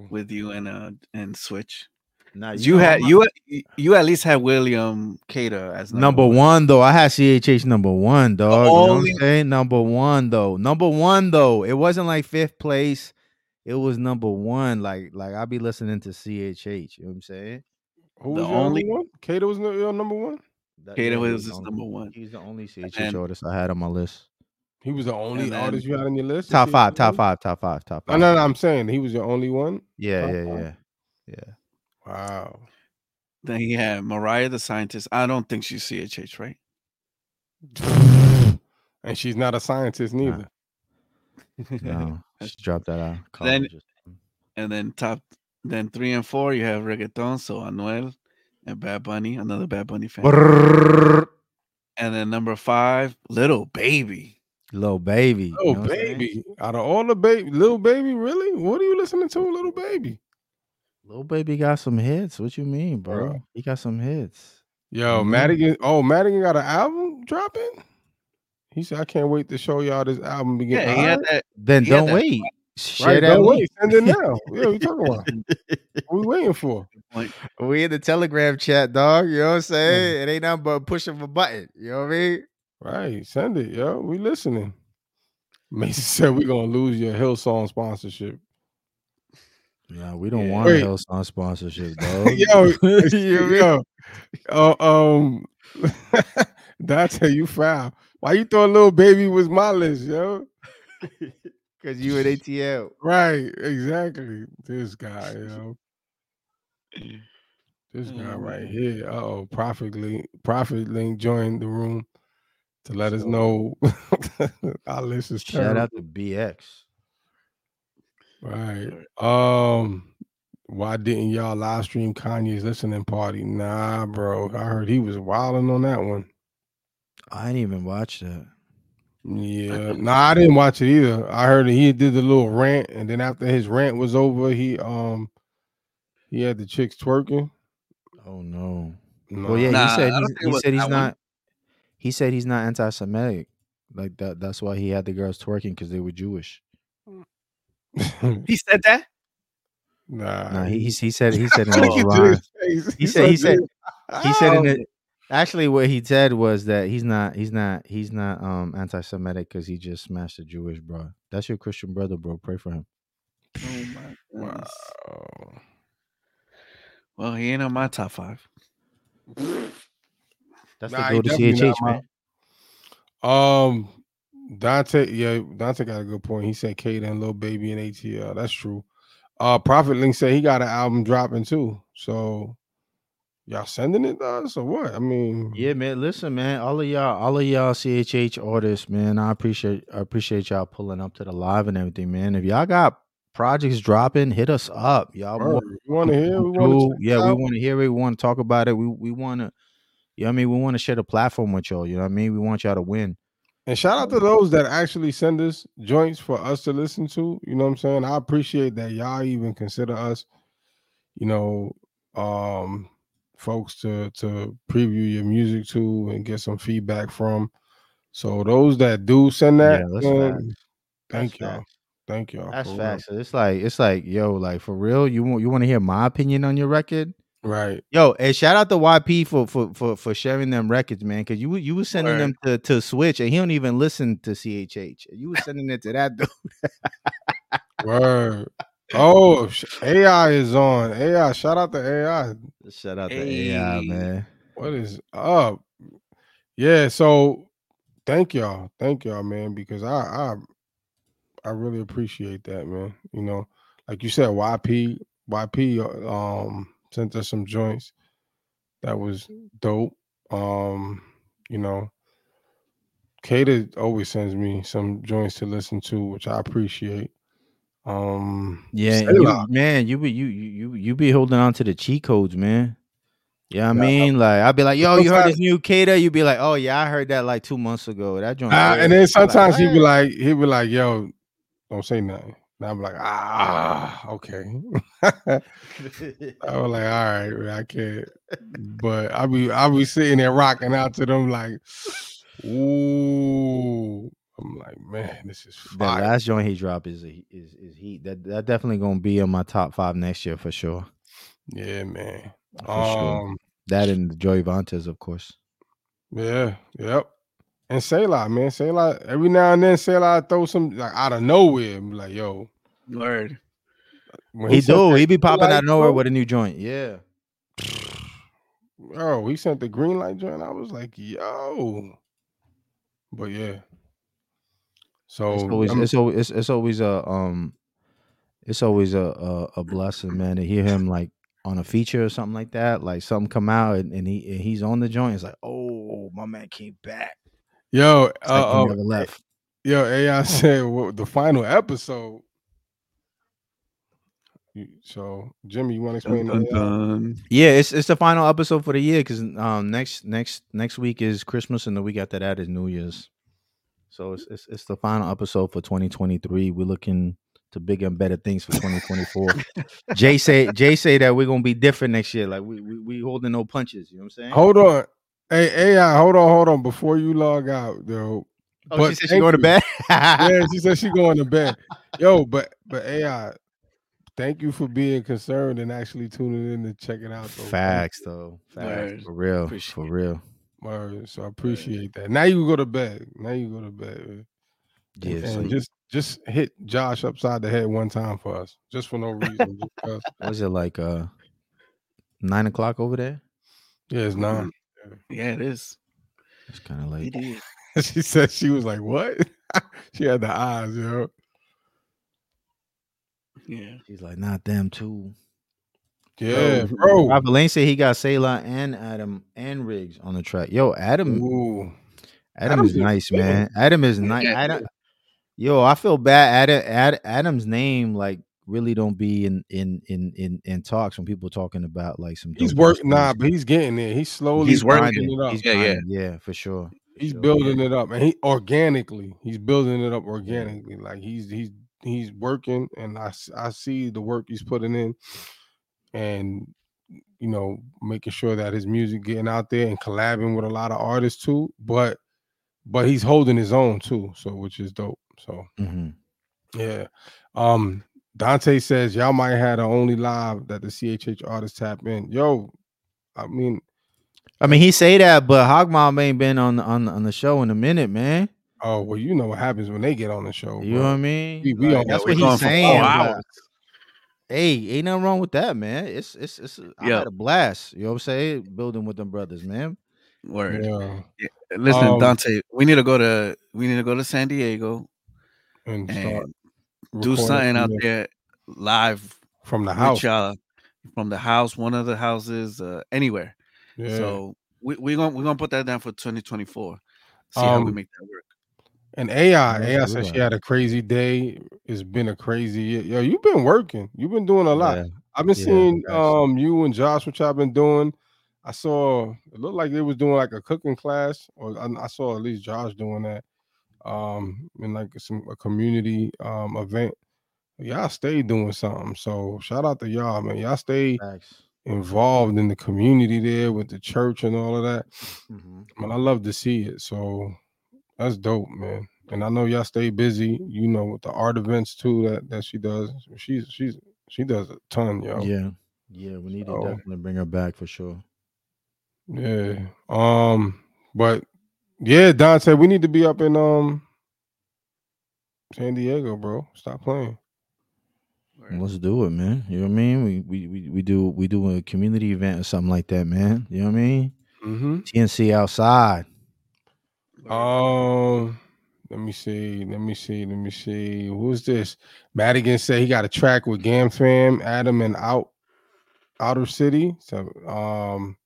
E: with you and uh and switch.
G: Nah,
E: You
G: know
E: had
G: I'm-
E: you you- you at least had William Cater as
G: number one though. I had CHH number one dog. you know what
E: only-
G: I'm saying? Number one though. Number one though. It wasn't like fifth place. It was number one. Like like I be listening to CHH. You know what I'm saying?
F: Who
E: The
F: was your
E: only-
F: only one? Kato was no- your number one.
G: That-
E: Kato
G: yeah, he
E: was
G: the
E: his
G: only-
E: number one.
G: He was the only CHH
E: And-
G: artist I had on my list.
F: He was the only
E: And
F: artist
E: then-
F: you had on your list.
G: Top five,
F: top
G: top five, top five, top
F: No,
G: five.
F: no, no. I'm saying he was your only one.
G: Yeah,
F: top
G: yeah,
F: five.
G: yeah, yeah. [LAUGHS]
F: Wow.
E: Then he had Mariah the Scientist. I don't think she's CHH, right?
F: and she's not a scientist neither.
G: [LAUGHS]
E: [LAUGHS]
G: No,
E: That's-
G: just drop that out.
E: Then-
G: Colleges.
E: and then top then three and four you have reggaeton, so Anuel and Bad Bunny, another Bad Bunny fan.
G: Brrrr.
E: And then number five, Little Baby.
G: Little baby. you
F: Oh,
G: know what I'm saying?
F: baby! Out of all the baby, little baby, really? What are you listening to, little baby?
G: Little baby got some hits. What you mean, bro?
F: Bruh.
G: He got some hits.
F: Yo,
G: Mhm.
F: Madigan. Oh, Madigan got an album dropping. He said, "I can't wait to show y'all this album." Begin.
E: Yeah, he had that.
G: Then
E: He had
G: don't
E: that
G: wait.
F: All right,
G: Share
F: right,
G: that
F: don't
G: link.
F: wait. Send it
G: [LAUGHS]
F: now. yeah, we talking about. What we waiting for?
G: We in the Telegram chat, dog. You know what I'm saying? It ain't nothing but pushing a button. You know what I mean?
F: Right, send it, yo. We listening. Mason said we gonna lose your Hillsong sponsorship.
G: Nah, we don't
E: Yeah.
G: want a
F: Wait.
G: hell on sponsorship, dog.
F: [LAUGHS] yo,
G: Oh, [LAUGHS] You know what I mean?
F: yo, uh, um, [LAUGHS] Dante, you foul. Why you thought little baby was my list, yo?
G: Cause you at ATL.
F: Right, exactly. This guy,
G: [LAUGHS]
F: yo. This guy
E: Oh,
F: right
E: man.
G: Mm-hmm.
F: here. Uh oh, Prophet Link. Prophet Link joined the room to let us
G: So-
F: know [LAUGHS] our list is
G: Shout
F: terrible.
G: out to BX.
F: Right. Um, why didn't y'all live stream Kanye's listening party? Nah, bro. I heard he was wilding on that one.
G: I didn't even watch that.
F: Yeah.
G: [LAUGHS]
F: nah, I didn't watch it either. I heard that he did the little rant, and then after his rant was over, he um he had the chicks twerking.
G: Oh no.
F: Nah.
G: Well, yeah,
E: Nah,
G: he said
E: I don't
G: he's,
E: think it
G: he
E: was
G: said he's
E: that one.
G: not. He said he's not anti-Semitic. Like that. That's why he had the girls twerking because they were Jewish.
E: He said that?
F: [LAUGHS] nah.
G: No, he, he he said
F: [LAUGHS]
G: he said in
F: Look
G: his
F: into
G: rhyme.
F: his face.
G: He said he said
F: "Dude,
G: he said in
F: ow."
G: it. Actually, what he said was that he's not he's not he's not um anti-Semitic because he just smashed a Jewish bro. That's your Christian brother, bro. Pray for him.
E: Oh my
F: Wow.
E: goodness. Well, he ain't on my top five.
G: That's
F: Nah, he
G: the go to
F: definitely not
G: CHH
F: my-
G: man.
F: Um, Dante, yeah, Dante got a good point. He said Kate and Lil Baby and ATL. That's true. Uh, Prophet Link said he got an album dropping too. So, y'all sending it to us or what? I mean,
G: Yeah, man. Listen, man. All of y'all, all of y'all CHH artists, man. I appreciate, I appreciate y'all pulling up to the live and everything, man. If y'all got projects dropping, hit us up, y'all.
F: word.
G: more
F: we want to hear. We
G: through.
F: want to.
G: yeah, we want to hear it. We want to talk about it. We we want to, you know what I mean. We want to share the platform with y'all. You know what I mean. We want y'all to win.
F: And shout out to those that actually send us joints for us to listen to. You know what I'm saying? I appreciate that y'all even consider us, you know, um, folks to to preview your music to and get some feedback from. So those that do send that,
G: yeah, that's
F: man,
G: facts.
F: thank
G: That's
F: y'all.
G: facts.
F: Thank y'all.
G: That's
F: for real.
G: facts. So it's like it's like yo, like for real. You want you want to hear my opinion on your record?
F: Right.
G: Yo, and shout out to YP for for for, for sharing them records, man. Because you were- you was sending
F: Word.
G: them to, to Switch, and he don't even listen to CHH. You was sending it to that [LAUGHS] dude.
F: Word. Oh, sh- AI is on. AI. Shout out to AI.
G: Shout out to AI,
E: Hey.
G: man.
F: What is up? Yeah, so thank y'all. Thank y'all, man, because I I I really appreciate that, man. You know, like you said, YP YP um sent us some joints. That was dope. Um, you know, Kata always sends me some joints to listen to, which I appreciate. Um,
G: Yeah,
F: Say
G: and you-
F: Lock.
G: man, you be you you you you be holding on to the cheat codes, man. Yeah, I mean, like I'd be like, "Yo, you heard this new Kata?" You'd be like, "Oh yeah, I heard that like two months ago." That joint.
F: Ah, and
G: crazy." I'm
F: then
G: like,
F: sometimes he'd be
G: "What?"
F: like, he'd be like, "Yo, don't say nothing." And I'm like, "Ah, okay." I was like, "All right, man, I can't." But I be I be sitting there rocking out to them like, "Ooh," I'm like, "Man, this is
G: that
F: fire."
G: last joint he dropped is a- is is heat. That that definitely gonna be in my top five next year for sure.
F: yeah, man.
G: For sure.
F: Um,
G: That and Joey Vantes, of course.
F: yeah, yep. And Selah, man, Selah. Every now and then, Selah throw some like out of nowhere. I'm like, "Yo."
E: Word.
F: when
G: He
F: said
G: do.
F: that
G: He be popping
F: Eli
G: out of nowhere
F: Cook-
G: with a new joint. Yeah.
F: Oh, he sent the green light joint. I was like, yo. But yeah. So
G: it's always
F: Oh, I'm-
G: it's always it's, it's always a um it's always a, a a blessing man to hear him like on a feature or something like that like something come out and, and he and he's on the joint it's like oh my man came back
F: yo,
G: it's like he
F: uh,
G: never
F: uh,
G: left
F: yo, AI said well, the final episode. You- So Jimmy, you want to explain?
E: Dun,
F: the
E: dun,
F: AI?
E: dun.
G: yeah it's it's the final episode for the year because um next next next week is christmas and the week after that is new year's so it's it's, it's the final episode for 2023 we're looking to bigger and better things
F: [LAUGHS]
G: for 2024 jay say jay say that we're gonna be different next year like we we, we holding no punches you know what i'm saying
F: Hold on. Hey AI, hold on, hold on. Before you log out, though.
G: Oh,
F: But
G: she said she
F: thank
G: going to
F: you.
G: bed. [LAUGHS]
F: Yeah, she said she going to bed. Yo, but but AI, thank you for being concerned and actually tuning in to check it out. though.
G: Facts though. Facts.
E: Word.
G: For real.
E: Appreciate
G: For real.
F: Word, so I appreciate that. Now you go to bed. Now you go to bed. man.
G: Yeah.
F: And
G: so-
F: just just hit Josh upside the head one time for us, just for no reason. just 'cause.
G: was it like uh nine o'clock over there?
F: yeah, it's nine.
E: Yeah, it is.
G: It's kind of
E: It
G: late.
E: is.
F: [LAUGHS] she said she was like, "What?" [LAUGHS] she had the eyes, yo.
E: Yeah.
G: She's like, not them too.
F: Yeah, bro.
G: Robert Lane said he got Selah and Adam and Riggs on the track. Yo, Adam
F: Ooh.
G: Adam
F: Adam's
G: is
F: a
G: nice,
F: good one.
G: man. Adam is nice.
E: Yeah.
G: Adam, yo, I feel bad. Adam, Ad, Adam's name like really don't be in in in in, in talks when people talking about like some.
F: He's
G: dope-ass
F: working, nah,
G: music.
F: but he's getting there. He's slowly
E: He's working.
F: grinding it up.
G: He's
F: He's,
E: Yeah, yeah.
G: grinding, yeah, for sure. Sure.
F: building it up, and he organically, he's building it up organically. Like he's he's he's working, and I s- I see the work he's putting in, and you know making sure that his music getting out there and collabing with a lot of artists too. But but he's holding his own too, so which is dope. So
G: hmm
F: yeah. Um Dante says y'all might have the only live that the CHH artists tap in. Yo, I mean,
G: I mean, he say that, but Hogmom ain't been on the, on the, on the show in a minute, man.
F: oh well, you know what happens when they get on the show.
G: You
F: Oh, bro.
G: know what I mean?
F: We- we on-
G: that's
F: we
G: what
E: gone
G: he's
E: for four
G: saying. but,
E: hours.
G: hey, ain't nothing wrong with that, man. It's it's it's. uh, I
E: Yeah.
G: had a blast. You know what I'm saying? Building with them brothers, man.
E: Word.
F: Yeah.
E: Listen,
F: Um,
E: Dante, we need to go to we need to go to San Diego
F: And start
E: and do
F: recording
E: something
F: from
E: out
F: the-
E: there live
F: from the
E: with
F: house.
E: y'all uh, from the house, one of the houses, uh, anywhere.
F: Yeah.
E: So we we gonna we gonna put that down for 2024. See how we
F: Um,
E: make that work.
F: and AI,
G: That's
F: AI
G: what
F: said she
G: I-
F: had a crazy day. It's been a crazy year. Yo, you've been working. You've been doing a lot.
G: Yeah.
F: I've been
G: yeah,
F: seeing
G: facts.
F: um you and Josh, which I've been doing. I saw it looked like they was doing like a cooking class, or I, I saw at least Josh doing that. Um, in like some a community um event. Y'all stay doing something. So shout out to y'all, man. Y'all stay
G: Facts.
F: involved in the community there with the church and all of that.
G: Mhm.
F: man, I love to see it. So that's dope, man. And I know y'all stay busy, you know, with the art events too that that she does. She's she's she does a ton, yo.
G: Yeah, yeah. We need to
F: Oh. So-
G: definitely bring her back for sure.
F: Yeah. Um, but yeah, Dante, we need to be up in um San Diego, bro. Stop playing.
E: Word.
G: Let's do it, man. You know what I mean? We we we, we do we do a community event or something like that, man. You know what I mean?
F: Mm-hmm.
G: TNC outside.
F: Um, let me see. Let me see. Let me see. Who's this? Madigan said he got a track with Gam Fam, Adam, and Out Outer City. So, um,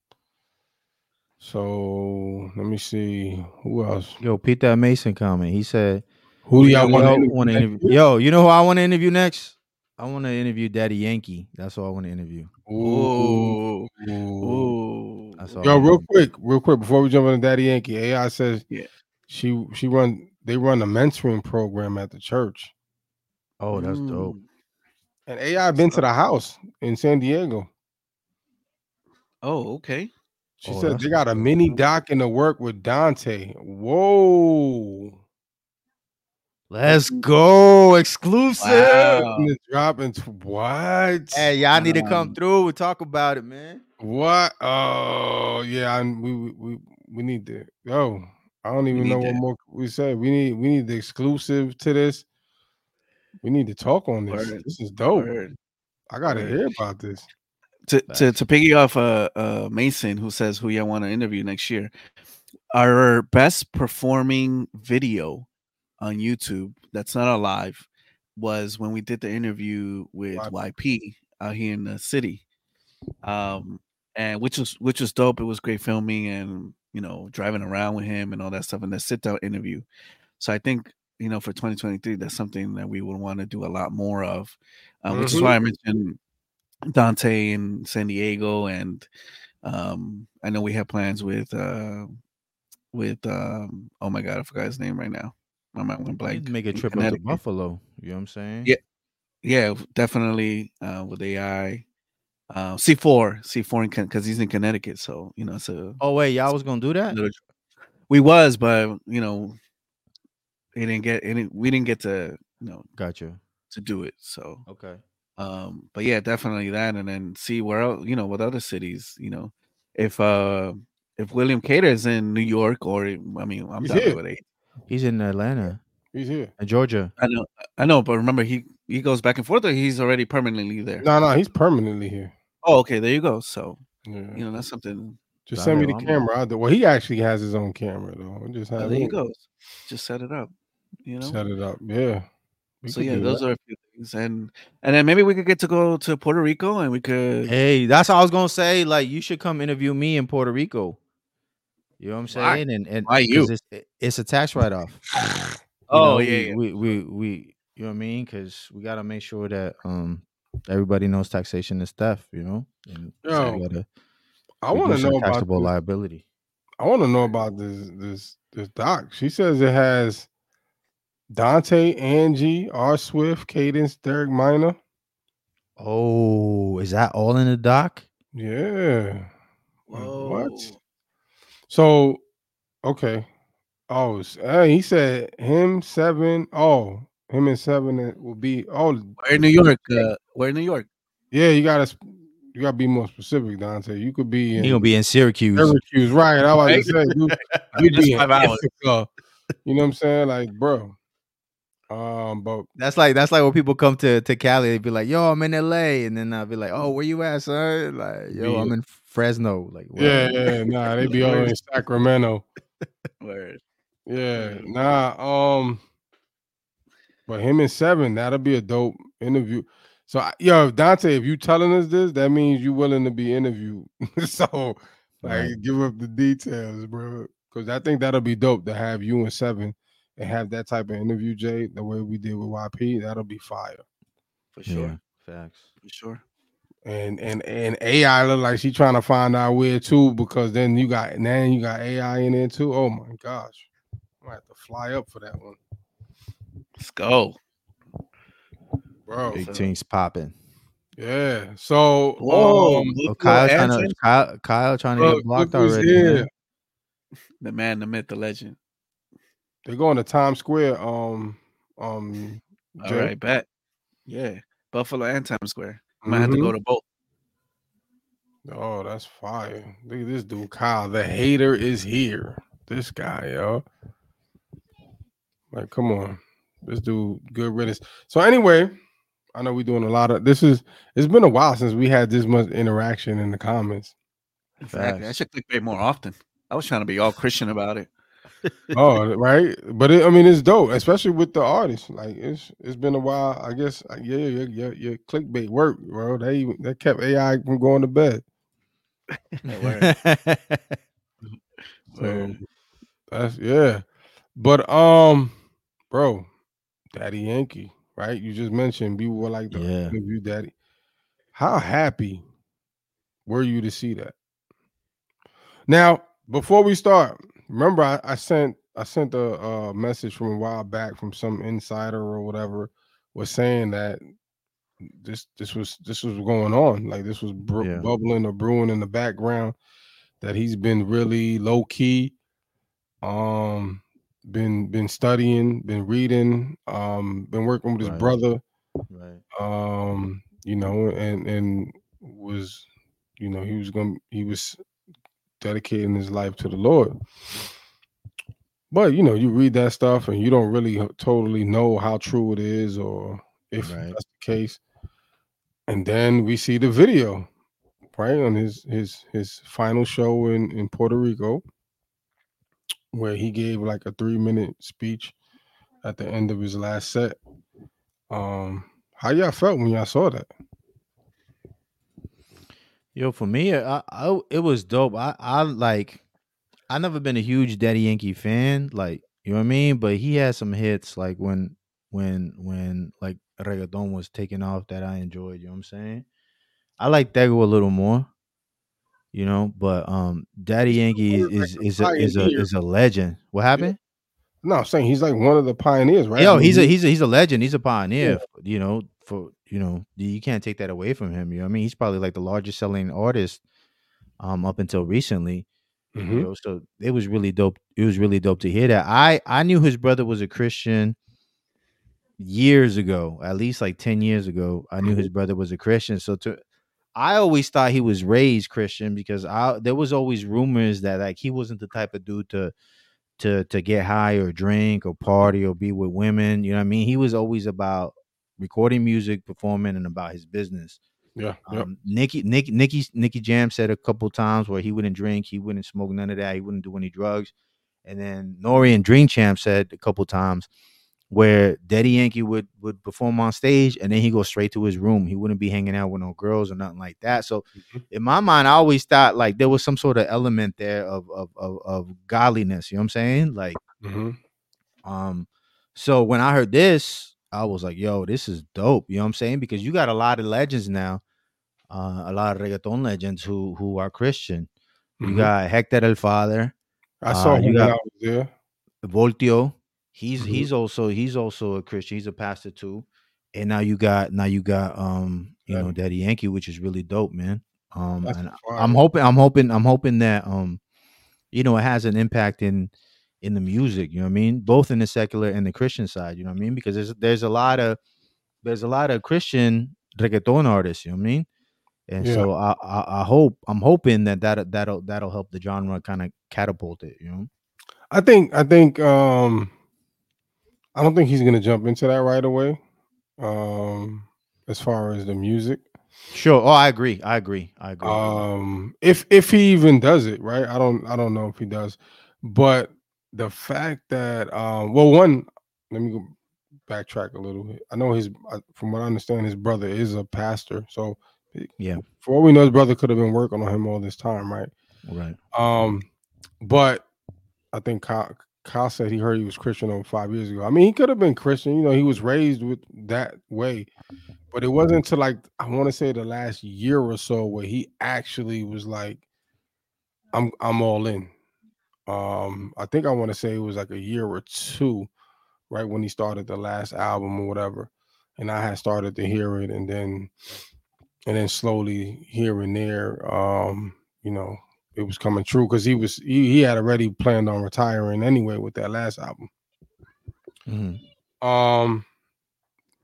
F: So let me see who else.
G: Yo, Pete that Mason comment. He said,
F: Who do y'all
G: Yo,
F: want to interview?
G: wanna
F: next?
G: interview- Yo, you know who I want to interview next? I want to interview Daddy Yankee. That's who I want to interview.
F: Ooh. Ooh.
E: Ooh.
G: That's all.
F: Yo, real quick, real quick, before we jump into Daddy Yankee, AI says
E: Yeah.
F: she she run they run a mentoring program at the church.
G: Oh, that's dope.
E: Mm.
F: And AI been to the house in San Diego.
E: Oh, okay.
F: She
G: Oh,
F: said
G: that's
F: they got a
G: what's up.
F: mini doc in the work with Dante. Whoa.
G: Let's go. Exclusive.
E: Wow.
F: And it's dropping t- what?
G: Hey, y'all need to
E: Wow.
G: come through and talk about it, man.
F: What? Oh yeah, and we we we- we need to. Oh, I don't even
E: need
F: know what
E: that.
F: more we say. We need we need the exclusive to this. We need to talk on this.
E: Word.
F: This is dope.
E: Word.
F: I gotta
E: Word.
F: hear about this.
E: to to, to piggy off uh, uh Mason who says who you want to interview next year. Our best performing video on YouTube that's not a live was when we did the interview with YP out here in the city. Um and which was which was dope. It was great filming and you know driving around with him and all that stuff and that sit down interview. So I think you know for 2023 that's something that we would want to do a lot more of. Uh, which is why I mentioned Dante in San Diego, and um, I know we have plans with uh, with um, oh my god, I forgot his name right now. My mind went
G: Like,
E: blank.
G: make a
E: in
G: trip up to
E: Connecticut.
G: Buffalo. You know what I'm saying?
E: Yeah. Yeah, definitely uh, with AI. Uh, C4, C4, in because he's in Connecticut, so you know it's a
G: Oh wait, y'all was gonna do
F: Uh
G: that?
E: little. tr- We was, but you know, it didn't get any. We didn't get to you know
G: Gotcha.
E: to do it. So
G: Okay.
E: um but yeah definitely that and then see where else you know what other cities you know if uh if william cater is in new york or i mean i'm
F: He's
E: down
F: here.
E: with it
G: He's in Atlanta,
F: He's here.
G: uh, Georgia.
E: i know i know but remember he he goes back and forth or he's already permanently there
F: No, no, he's permanently here.
E: oh okay there you go so
F: Yeah.
E: you know that's something
F: Just
G: I
F: send me the
G: know, I'm-
F: camera. I'll do- well, he actually has his own camera though. We'll Just have
E: uh, there you
F: him
E: go just set it up you know
F: Set it up. Yeah. We
E: so
F: could
E: yeah
F: do
E: those
F: that.
E: are a few things and and then maybe we could get to go to puerto rico and we could
G: Hey, that's what I was gonna say. Like, you should come interview me in Puerto Rico. You know what I'm
E: Why?
G: saying? And and
E: Why
G: 'cause
E: you?
G: It's, it- it's a tax write off.
E: oh yeah, yeah.
G: we, we we we you know what I mean? Because we gotta make sure that um everybody knows taxation is theft. You know, and so we
F: Yo,
G: gotta
F: I want
G: reduce
F: to
G: our
F: know about
G: taxable
F: this.
G: liability.
F: I want to know about this this this doc. She says it has Dante, Angie, R. Swift, Cadence, Derek Minor.
G: Oh, is that all in the doc?
F: Yeah. Like, What?
E: Whoa.
F: So, okay. Oh, s- hey, he said him seven. Oh, him and seven it will be. Oh,
E: we're in new york uh we're in new york
F: yeah. You gotta sp- you gotta be more specific, Dante. You could be in
G: He gonna be in Syracuse.
F: Syracuse, right? I was to say you, you
E: Just
F: be in
E: five hours.
F: Ithaca. You know what I'm saying, like, bro. Um, but
G: That's like that's like when people come to to Cali, they be like, "Yo, I'm in LA," and then I'll be like, "Oh, where you at, son?" Like, "Yo,
F: Yeah.
G: I'm in Fresno." Like, what?
F: yeah, yeah, nah, they be all in Sacramento.
E: Word.
F: Yeah, nah. Um, but him and seven, that'll be a dope interview. So, I- yo, if Dante, if you telling us this, that means you willing to be interviewed. [LAUGHS] so, like,
G: Right.
F: give up the details, bro, because I think that'll be dope to have you and seven and have that type of interview, Jay. The way we did with YP, that'll be fire.
E: for
G: Yeah,
E: sure
G: Facts.
E: for sure
F: And and and AI look like she trying to find out where too, because then you got now you got AI in there too. Oh my gosh, I might have to fly up for that one,
E: let's go
F: bro.
G: Big
E: so-
G: things popping.
F: Yeah. So
E: Whoa,
F: um,
E: Blue
G: Oh,
E: Pill
G: Kyle trying to
E: Anson?
G: Kyle, Kyle trying to
F: look,
G: get blocked
F: look who's
G: already.
F: here.
G: man.
E: the man, the myth, the legend.
F: They're going to Times Square. Um, um,
E: All right,
F: Jay.
E: bet. Yeah, Buffalo and Times Square. Might have to
F: Mhm.
E: go to both.
F: Oh, that's fire! Look at this dude, Kyle. The hater is here. This guy, yo. Like, come on, this dude, good riddance. So anyway, I know we're doing a lot of this. Is it's been a while since we had this much interaction in the comments.
E: Exactly. I
G: Facts.
E: should clickbait more often. I was trying to be all Christian about it.
F: oh right but it, i mean it's dope especially with the artists like it's it's been a while i guess uh, yeah yeah yeah, yeah clickbait work bro
E: [LAUGHS]
F: they even- that kept ai from going to bed
E: That word.
F: So
E: Word.
F: that's yeah. But um, bro, Daddy Yankee, right? You just mentioned people were like, the
G: Yeah.
F: you, Daddy." How happy were you to see that? Now, before we start, remember I, I sent I sent a, uh message from a while back from some insider or whatever was saying that this this was this was going on like this was br-
G: Yeah.
F: bubbling or brewing in the background that he's been really low key um been been studying been reading um been working with his
G: Right.
F: brother
G: [LAUGHS] Right.
F: um you know and and was you know he was gonna he was dedicating his life to the lord but you know you read that stuff and you don't really totally know how true it is or if
G: Right.
F: that's the case and then we see the video right on his his his final show in in puerto rico where he gave like a three minute speech at the end of his last set um, how y'all felt when y'all saw that?
G: Yo, for me, I, I it was dope. I, I like, I never been a huge Daddy Yankee fan, like you know what I mean. But he had some hits, like when, when, when like reggaeton was taking off, that I enjoyed. You know what I'm saying? I like Dago a little more, you know. But um, Daddy Yankee
F: one
G: is
F: of, like,
G: is
F: the
G: is a, is a
F: pioneers.
G: is a legend. What happened?
F: No, I'm saying he's like one of the pioneers, right?
G: Yo,
F: I mean,
G: he's a
F: he-
G: he's a he's a legend. He's a pioneer. f- You know, for you know, you you can't take that away from him. You know, what I mean, he's probably like the largest selling artist, um, up until recently. You
F: Mhm.
G: know, so it was really dope. It was really dope to hear that. I I knew his brother was a Christian years ago, at least like ten years ago. I knew his brother was a Christian. So to, I always thought he was raised Christian because I there was always rumors that like he wasn't the type of dude to to to get high or drink or party or be with women. You know what I mean? He was always about recording music, performing, and about his business.
F: yeah, yeah,
G: Um, Nikki, Nikki, Nikki, Nikki Jam said a couple times where he wouldn't drink, he wouldn't smoke none of that, he wouldn't do any drugs. And then Nori and Dream Champ said a couple times where Daddy Yankee would would perform on stage and then he go straight to his room. He wouldn't be hanging out with no girls or nothing like that. So
F: Mhm.
G: in my mind, I always thought like there was some sort of element there of of of, of godliness. You know what I'm saying? Like
F: Mhm.
G: um, so when I heard this, I was like, yo, this is dope. You know what I'm saying? Because you got a lot of legends now, uh, a lot of reggaeton legends who who are Christian. You
F: Mhm.
G: got Hector El Father,
F: I saw
G: uh,
F: him
G: you
F: when
G: got-
F: I was there.
G: Voltio. He's
F: Mhm.
G: he's also he's also a Christian. He's a pastor too. And now you got now you got um you know Daddy Yankee, which is really dope, man. Um,
F: That's
G: and
F: fire.
G: I'm hoping I'm hoping I'm hoping that um you know it has an impact in in the music. You know what I mean? Both in the secular and the Christian side. You know what I mean? Because there's there's a lot of there's a lot of Christian reggaeton artists. You know what I mean? And
F: Yeah.
G: so I, I I hope I'm hoping that that that'll that'll help the genre kind of catapult it. You know?
F: I think I think um I don't think he's gonna jump into that right away. Um as far as the music.
G: Sure. Oh, I agree. I agree. I agree.
F: Um if if he even does it, right? I don't I don't know if he does. But the fact that um well one let me go backtrack a little bit. I know his I- from what I understand his brother is a pastor. So
G: Yeah.
F: For all we know his brother could have been working on him all this time, right?
G: right.
F: Um, but I think Kyle, Kyle said he heard he was Christian over five years ago. I mean, he could have been Christian. You know, he was raised with that way, but it wasn't until like I want to say the last year or so where he actually was like, "I'm I'm all in." Um, I think I want to say it was like a year or two, right when he started the last album or whatever, and I had started to hear it, and then and then slowly here and there, um, you know, it was coming true because he was he, he had already planned on retiring anyway with that last album.
G: Mhm.
F: Um,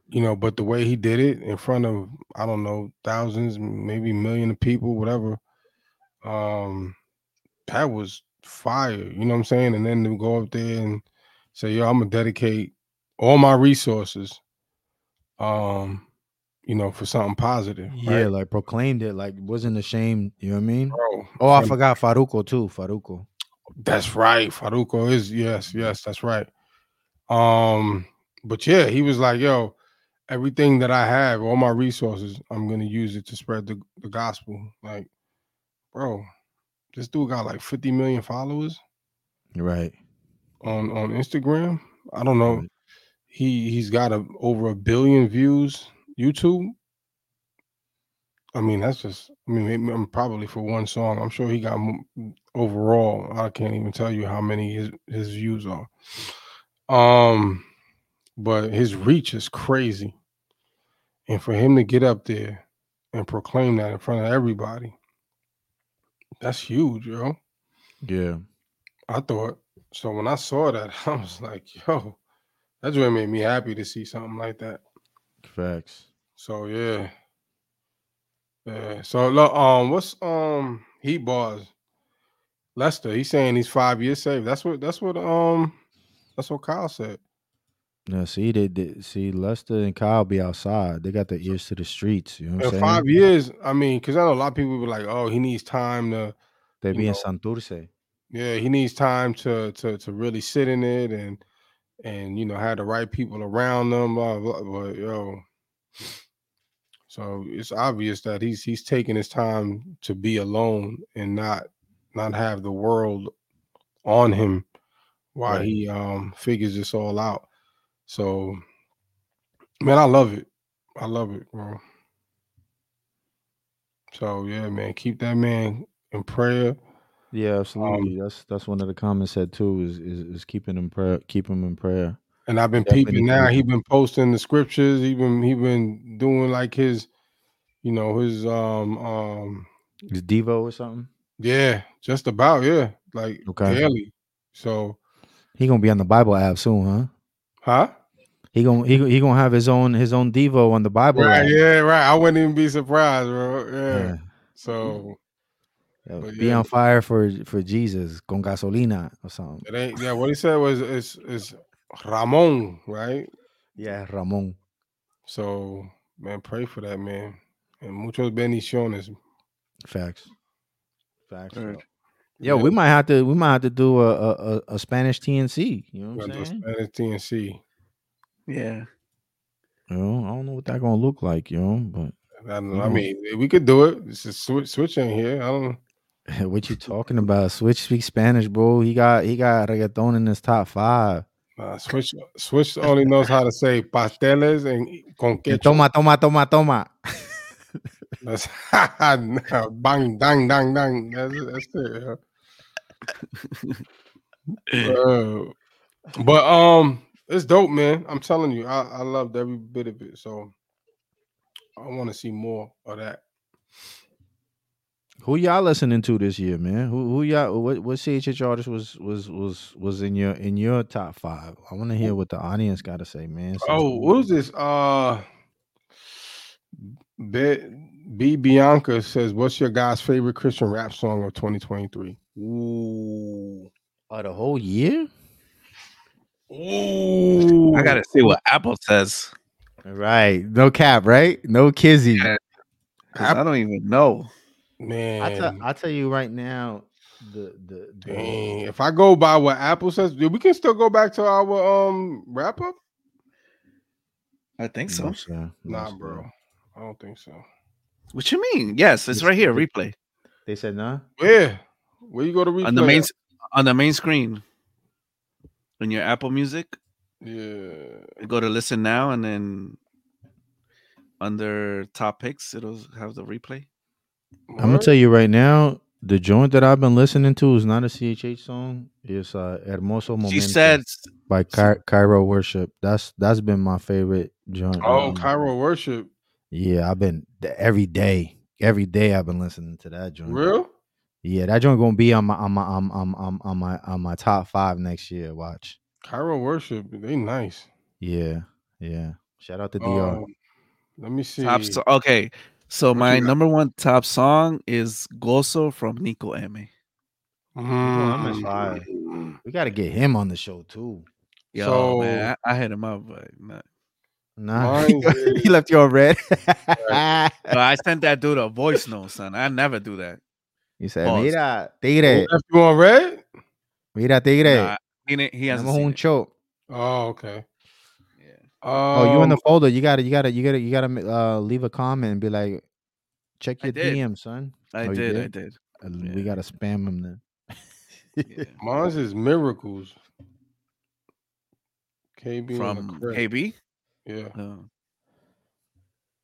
F: you know, but the way he did it in front of I don't know thousands, maybe a million of people, whatever. Um, that was fire. You know what I'm saying? And then to go up there and say, "Yo, I'm gonna dedicate all my resources." Um, you know, for something positive.
G: Yeah,
F: right?
G: like proclaimed it, like wasn't ashamed. You know what I mean?
F: bro.
G: Oh, I
F: From-
G: forgot Faruko too. Faruko.
F: That's right. Faruko is yes, yes, that's right. Um, but yeah, he was like, yo, everything that I have, all my resources, I'm gonna use it to spread the, the gospel. Like, bro, this dude got like 50 million followers.
G: Right.
F: on on Instagram. I don't know.
G: Right.
F: He he's got a, over a billion views YouTube. I mean, that's just. I mean, maybe I'm probably for one song. I'm sure he got m- overall. I can't even tell you how many his his views are. Um, but his reach is crazy, and for him to get up there and proclaim that in front of everybody, that's huge, yo.
G: Yeah.
F: I thought so when I saw that, [LAUGHS] I was like, yo, that's what made me happy to see something like that.
G: Facts.
F: So yeah. Yeah. So look, um, what's um he bars? Lester, he's saying he's five years safe. That's what that's what um that's what Kyle said.
G: Now see they, they see Lester and Kyle be outside. They got their ears to the streets. You know what I'm
F: In
G: saying?
F: five years, I mean, because I know a lot of people were like, oh, he needs time to
G: They
F: you
G: be in
F: know.
G: Santurce.
F: yeah, he needs time to to to really sit in it and and you know have the right people around them. Blah, blah, but yo, so it's obvious that he's he's taking his time to be alone and not not have the world on him while
G: Right.
F: he um figures this all out. So man, I love it. I love it, bro. So yeah, man, keep that man in prayer. Um,
G: Yeah, absolutely. that's that's one of the comments said too. Is is, is keeping in prayer, keep him in prayer.
F: And I've been
G: Definitely
F: peeping now.
G: do.
F: He been posting the scriptures. He been he been doing like his, you know, his um um
G: Is Devo or something?
F: yeah, just about yeah, like
G: Okay.
F: daily. So
G: He gonna be on the Bible app soon, huh?
F: huh?
G: He gonna he, he gonna have his own his own Devo on the Bible
F: Right,
G: app.
F: yeah, right. I wouldn't even be surprised, bro. Yeah.
G: Yeah.
F: So
G: Yeah,
F: But
G: Be
F: yeah.
G: on fire for for Jesus con gasolina or something.
F: it ain't yeah. What he said was it's it's Ramon, right?
G: Yeah, Ramon.
F: So man, pray for that man. And muchos bendiciones.
G: Facts. Facts.
E: Word.
G: yo. Yo, we might have to we might have to do a a, a, a Spanish TNC. You know what I'm saying?
F: Spanish TNC.
E: Yeah.
G: You know, I don't know what that gonna look like, you know, but
F: I, don't know. I
G: Mhm.
F: mean, we could do it. It's a switch, switch in here. I don't.
G: [LAUGHS] what you talking about? Switch speaks Spanish, bro. He got he got reggaeton in his top five.
F: Nah, Switch Switch only knows how to say pasteles and e, con
G: And
F: ketchup.
G: toma, toma, toma, toma.
F: That's, [LAUGHS] Nah, bang, dang, dang, dang. That's, it- that's it. yo. Bro. But um, it's dope, man. I'm telling you, I, I loved every bit of it. So I want to see more of that.
G: [LAUGHS] Who y'all listening to this year, man? Who who y'all what what CHH artist was was was was in your in your top five? I want to hear what the audience got to say, man. Since-
F: Oh, what was this? Uh, B, B Bianca says, "What's your guy's favorite Christian rap song of 2023?" Ooh,
G: Oh, the whole year?
F: ooh.
E: I gotta see what Apple says.
G: Right. No cap, right? No kizzy.
E: Yeah. 'cause I don't even know.
F: man.
G: I tell I tell you right now, the the, the
F: Dang, if I go by what Apple says, dude, we can still go back to our um wrap up.
E: I think
G: No,
E: so.
G: sir. No,
F: Nah,
G: sir.
F: bro, I don't think so.
E: What you mean? Yes, it's
G: Yes,
E: right here.
G: we-
E: Replay
G: They said nah.
F: Where, where you go to replay?
E: on the main
F: at?
E: s- on the main screen. On your Apple Music,
F: Yeah,
E: go to listen now, and then under topics, it'll have the replay.
G: I'm gonna tell you right now, the joint that I've been listening to is not a CHH song. It's uh, Hermoso Momento
E: She said,
G: by Ky- Cairo Worship. That's that's been my favorite joint.
F: Oh,
G: Um,
F: Cairo worship,
G: Yeah, I've been th- every day. Every day I've been listening to that joint.
F: real.
G: Yeah, that joint gonna be on my on my on, on, on, on my on my top five next year. Watch.
F: Cairo worship, they nice.
G: Yeah, yeah. Shout out to DR.
F: Um, let me see.
E: top so- okay. So
F: you
E: my
F: got?
E: number one top song is "Gozo" from Nico M.
F: Mm-hmm.
G: Nico's fire.
F: Mm.
G: We gotta get him on the show too.
E: Yo,
F: So-
E: man, I, I hit him up, but nah.
G: Nah,
F: Mine
G: [LAUGHS] he
F: is-
G: left you on red. [LAUGHS]
E: Yo, I sent that dude a voice note, son. I never do that.
G: You said,
E: Pause.
G: mira,
F: Who
G: tigre,
F: left you on red?
G: mira, tigre.
E: Nah, he, didn't- he hasn't
G: Dame
E: seen
G: un
E: it.
G: choke.
F: Oh, okay.
E: Yeah.
G: Oh, you in the
F: Um,
G: folder. You gotta, you gotta, you gotta, you gotta uh, leave a comment and be like, check
E: I
G: your
E: did.
G: DM, son.
E: I
G: Oh, you
E: did, I
G: [LAUGHS] did?
E: did.
G: Uh,
E: Yeah.
G: We gotta spam him then. [LAUGHS]
E: Yeah.
F: Mine's is miracles. KB on the
E: From
F: crib.
E: KB.
F: yeah.
G: Uh-huh.
E: Oh,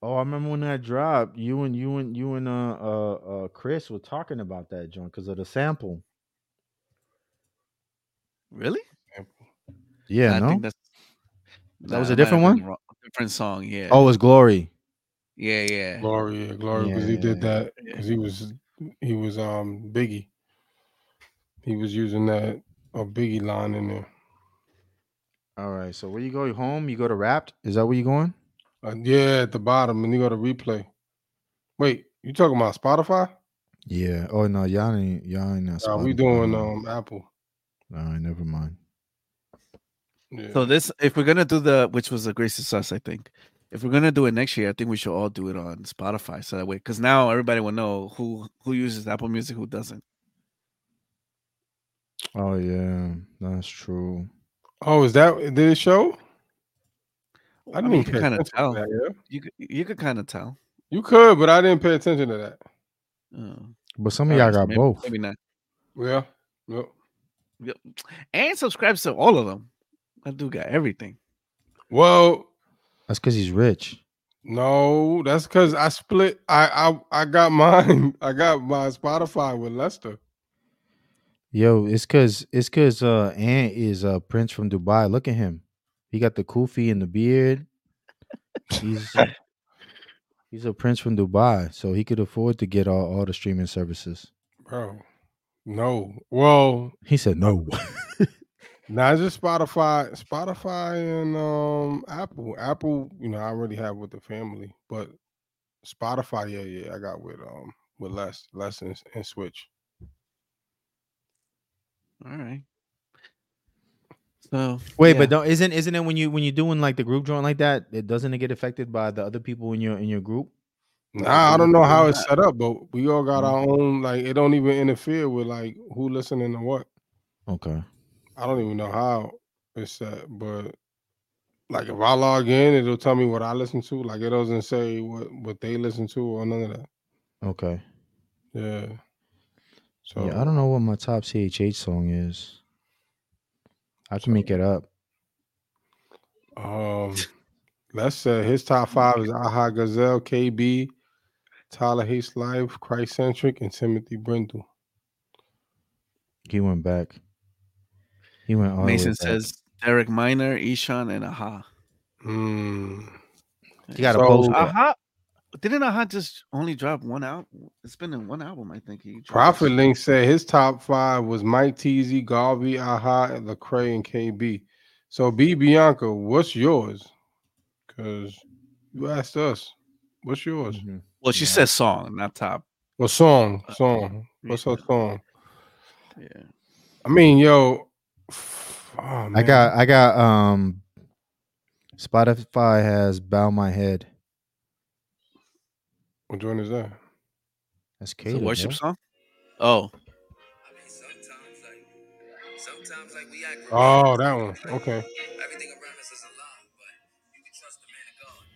G: Oh, I remember when that dropped. You and you and you and uh uh, uh Chris were talking about that joint because of the sample.
E: really?
G: Yeah,
E: I
G: no.
E: think that's
G: That was
E: Nah, I might
G: a different
E: have
G: one.
E: been wrong- Different song. Yeah.
G: Oh, it's glory.
E: Yeah. Yeah.
F: Glory, yeah, glory, because he
G: Yeah,
F: did
G: yeah,
F: that because he was he was um Biggie. He was using that a Biggie line in there.
G: All right. So where you go home? You go to Wrapped? Is that where you going?
F: Uh, yeah, at the bottom, and you go to replay. Wait, you talking about Spotify?
G: Yeah. Oh no, y'all ain't y'all ain't.
F: Nah, we doing um Apple.
G: All right, never mind.
F: Yeah.
E: So this, if we're gonna do the, which was a great success, I think. If we're gonna do it next year, I think we should all do it on Spotify, so that way, because now everybody will know who who uses Apple Music, who doesn't.
G: Oh yeah, that's true.
F: oh, is that did it show? I
E: I
F: didn't
E: mean, you
F: pay
E: could kind of
F: attention to
E: tell.
F: that, yeah.
E: You could, you could kind of tell.
F: You could, but I didn't pay attention to that.
E: Oh,
G: But some of
E: all
G: y'all
E: right, so
G: got
E: maybe-
G: both.
E: Maybe not.
F: Yeah. Yep.
E: And subscribes to all of them. I do got everything.
F: Well,
G: That's because he's rich.
F: no, that's because I split. I I I got [LAUGHS] mine. I got my Spotify with Lester.
G: Yo, it's cause it's cause uh Ant is uh Prince from Dubai. Look at him. He got the kufi and the beard. He's [LAUGHS] he's a prince from Dubai, so he could afford to get all, all the streaming services.
F: Bro, no. Well,
G: He said no. [LAUGHS]
F: not just Spotify, Spotify and um Apple. Apple, you know, I already have with the family, but Spotify, yeah, yeah, I got with um with less lessons and Switch.
E: All right. So
G: Wait, but
E: yeah.
G: don't isn't isn't it when you when you're doing like the group joint like that, it doesn't it get affected by the other people in your in your group?
F: Nah, I don't know
E: Google
F: how
E: or
F: it's set up, but we all got our own. Like, it don't even interfere with like who listening to what.
G: Okay.
F: I don't even know how it's set, but like if I log in, it'll tell me what I listen to. Like, it doesn't say what what they listen to or none of that.
G: Okay.
F: Yeah. So
G: Yeah, I don't know what my top CHH song is. I can make it up.
F: Um, let's say his top five is Aha Gazelle, KB, Tyler Hayes Life, Christ-centric, and Timothy Brindle.
G: He went back. He went all
E: Mason
G: the way back.
E: says Derek Minor, Ishan, and Aha.
F: Hmm.
G: he got to
F: So-
G: post that.
E: Aha. Uh-huh. Didn't Aha just only drop one out? It's been in one album, I think. He dropped.
F: Prophet Link said his top five was Mike Teasy, Garvey, Aha, and Lecrae, and KB. So B Bianca, what's yours? Because you asked us, what's yours?
G: Mhm.
E: Well, she
G: Yeah.
E: said song, not top.
G: Mm-hmm.
F: Well, song,
G: Uh,
F: song. What's her song?
E: Yeah.
F: I mean, yo. f- oh,
G: I
F: man.
G: got I got um Spotify has bow my head.
F: What joint is that?
G: That's
E: It's
G: Kato,
E: a worship song. Oh,
F: Oh, that one. Okay.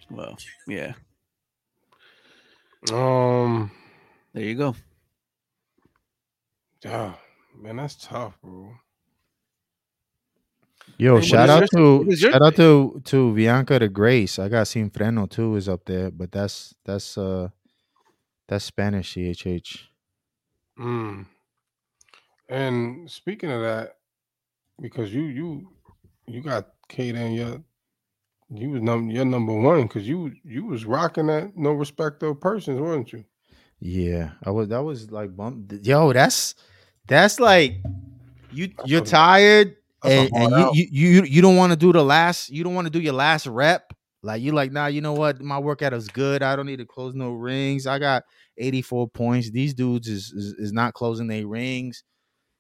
E: well, yeah.
F: Um,
E: There you go.
F: yeah, man, that's tough, bro.
G: Yo,
E: What
G: shout
E: is
G: out
E: your- what
G: to
E: is your
G: shout out to to Bianca de Grace. I got seen Freno too is up there, but that's that's uh that's Spanish CHH.
F: Mm. And speaking of that, because you you you got Kate and your you was num your number one because you you was rocking that no respect of persons, wasn't you?
G: Yeah, I was. That was like bump. Yo, that's that's like you. You're
F: a-
G: tired,
F: that's a
G: and,
F: hard
G: and you,
F: out.
G: you you you don't want to do the last. You don't want to do your last rep. Like you like, nah. You know what? My workout is good. I don't need to close no rings. I got 84 points. These dudes is is, is not closing their rings,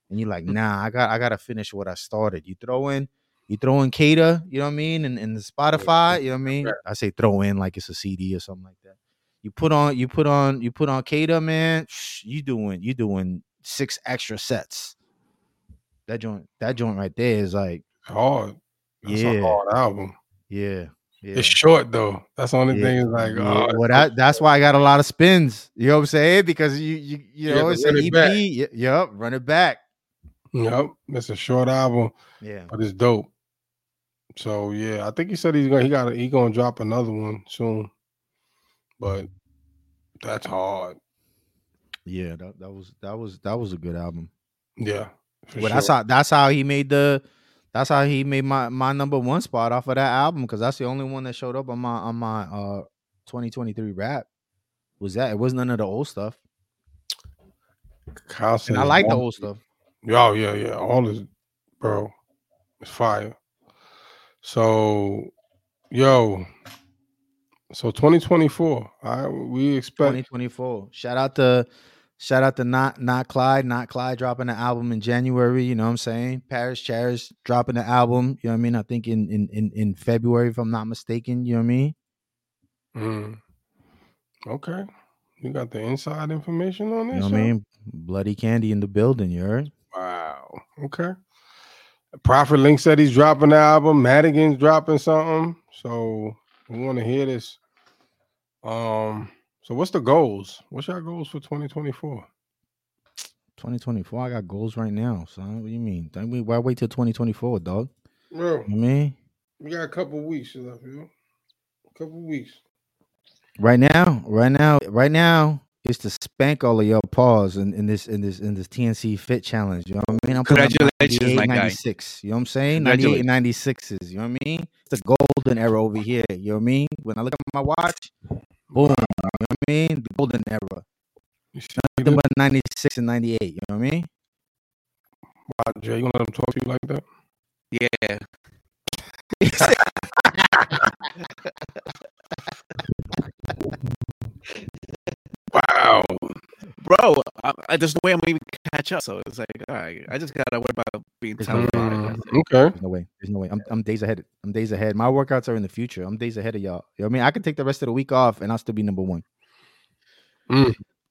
G: and you're
F: Mm.
G: like, nah. I got I gotta finish what I started. You throw in. You throw in Kata, you know what I mean, and, and the Spotify, you know what I mean.
F: Right.
G: I say throw in like it's a CD or something like that. You put on, you put on, you put on Kata, man. psh, You doing, you doing six extra sets. That joint, that joint right there is like,
F: Hard. That's
G: Yeah.
F: a hard album.
G: yeah, yeah.
F: It's short though. That's the only
G: yeah,
F: thing. Is like,
G: yeah.
F: oh, it's
G: well,
F: so
G: that, that's why I got a lot of spins. You know what I'm saying? Because you, you, you
F: You have to
G: know, it's E
F: run
G: an
F: it
G: EP.
F: back.
G: y- Yup, run it back.
F: Yep, that's a short album,
G: Yeah.
F: but it's dope. So yeah, I think he said he's gonna he got he gonna drop another one soon, but that's hard.
G: Yeah, that, that was that was that was a good album.
F: Yeah, for
G: Well, that's
F: sure.
G: how that's how he made the that's how he made my my number one spot off of that album because that's the only one that showed up on my on my uh 2023 rap was that it was none of the old stuff
F: Kyle said
G: and I
F: it's
G: like the
F: dope.
G: old stuff.
F: Yeah, oh, yeah, yeah. All this, bro, it's fire. So, yo, so 2024. All right, we expect
G: 2024. Shout out to shout out to not not Clyde, not Clyde dropping the album in January. You know what I'm saying? Paris Chairs dropping the album. You know what I mean? I think in in in, in February, if I'm not mistaken. You know what I mean?
F: Mm. Okay, you got the inside information on
G: You
F: this.
G: know what I
F: yo?
G: mean? Bloody Candy in the building. You heard?
F: Wow. Okay. Prophet Link said he's dropping the album. Madigan's dropping something. So we want to hear this. Um. So what's the goals? What's your goals for 2024?
G: 2024. I got goals right now, son. What do you mean? Don't we- Why wait till 2024, dog?
F: Bro,
G: You know what I mean?
F: we got a couple weeks left, you know? A couple weeks.
G: Right now, right now, right now is to spank all of your paws in, in this in this in this TNC fit challenge. You know what I mean? I'm putting up
H: Congratulations, my guy.
G: 96. You know what I'm saying? 98 and 96s. You know what I mean? It's the golden era over here. You know what I mean? When I look at my watch, boom. You know what I mean? The golden era.
F: You see
G: Nothing
F: this?
G: but 96 and 98. You know what I mean? [LAUGHS]
F: Wow, Jay, you gonna let him talk to you like that?
H: Yeah.
F: Wow.
E: bro. I, I just way I'm gonna even catch up. So it's like, all right, I just gotta worry about being
G: It's
E: talented.
F: Mm,
E: That's it.
F: okay.
G: There's no way. There's no way. I'm, I'm days ahead. I'm days ahead. My workouts are in the future. I'm days ahead of y'all. You know what I mean? I could take the rest of the week off and I'll still be number one.
F: Yeah, I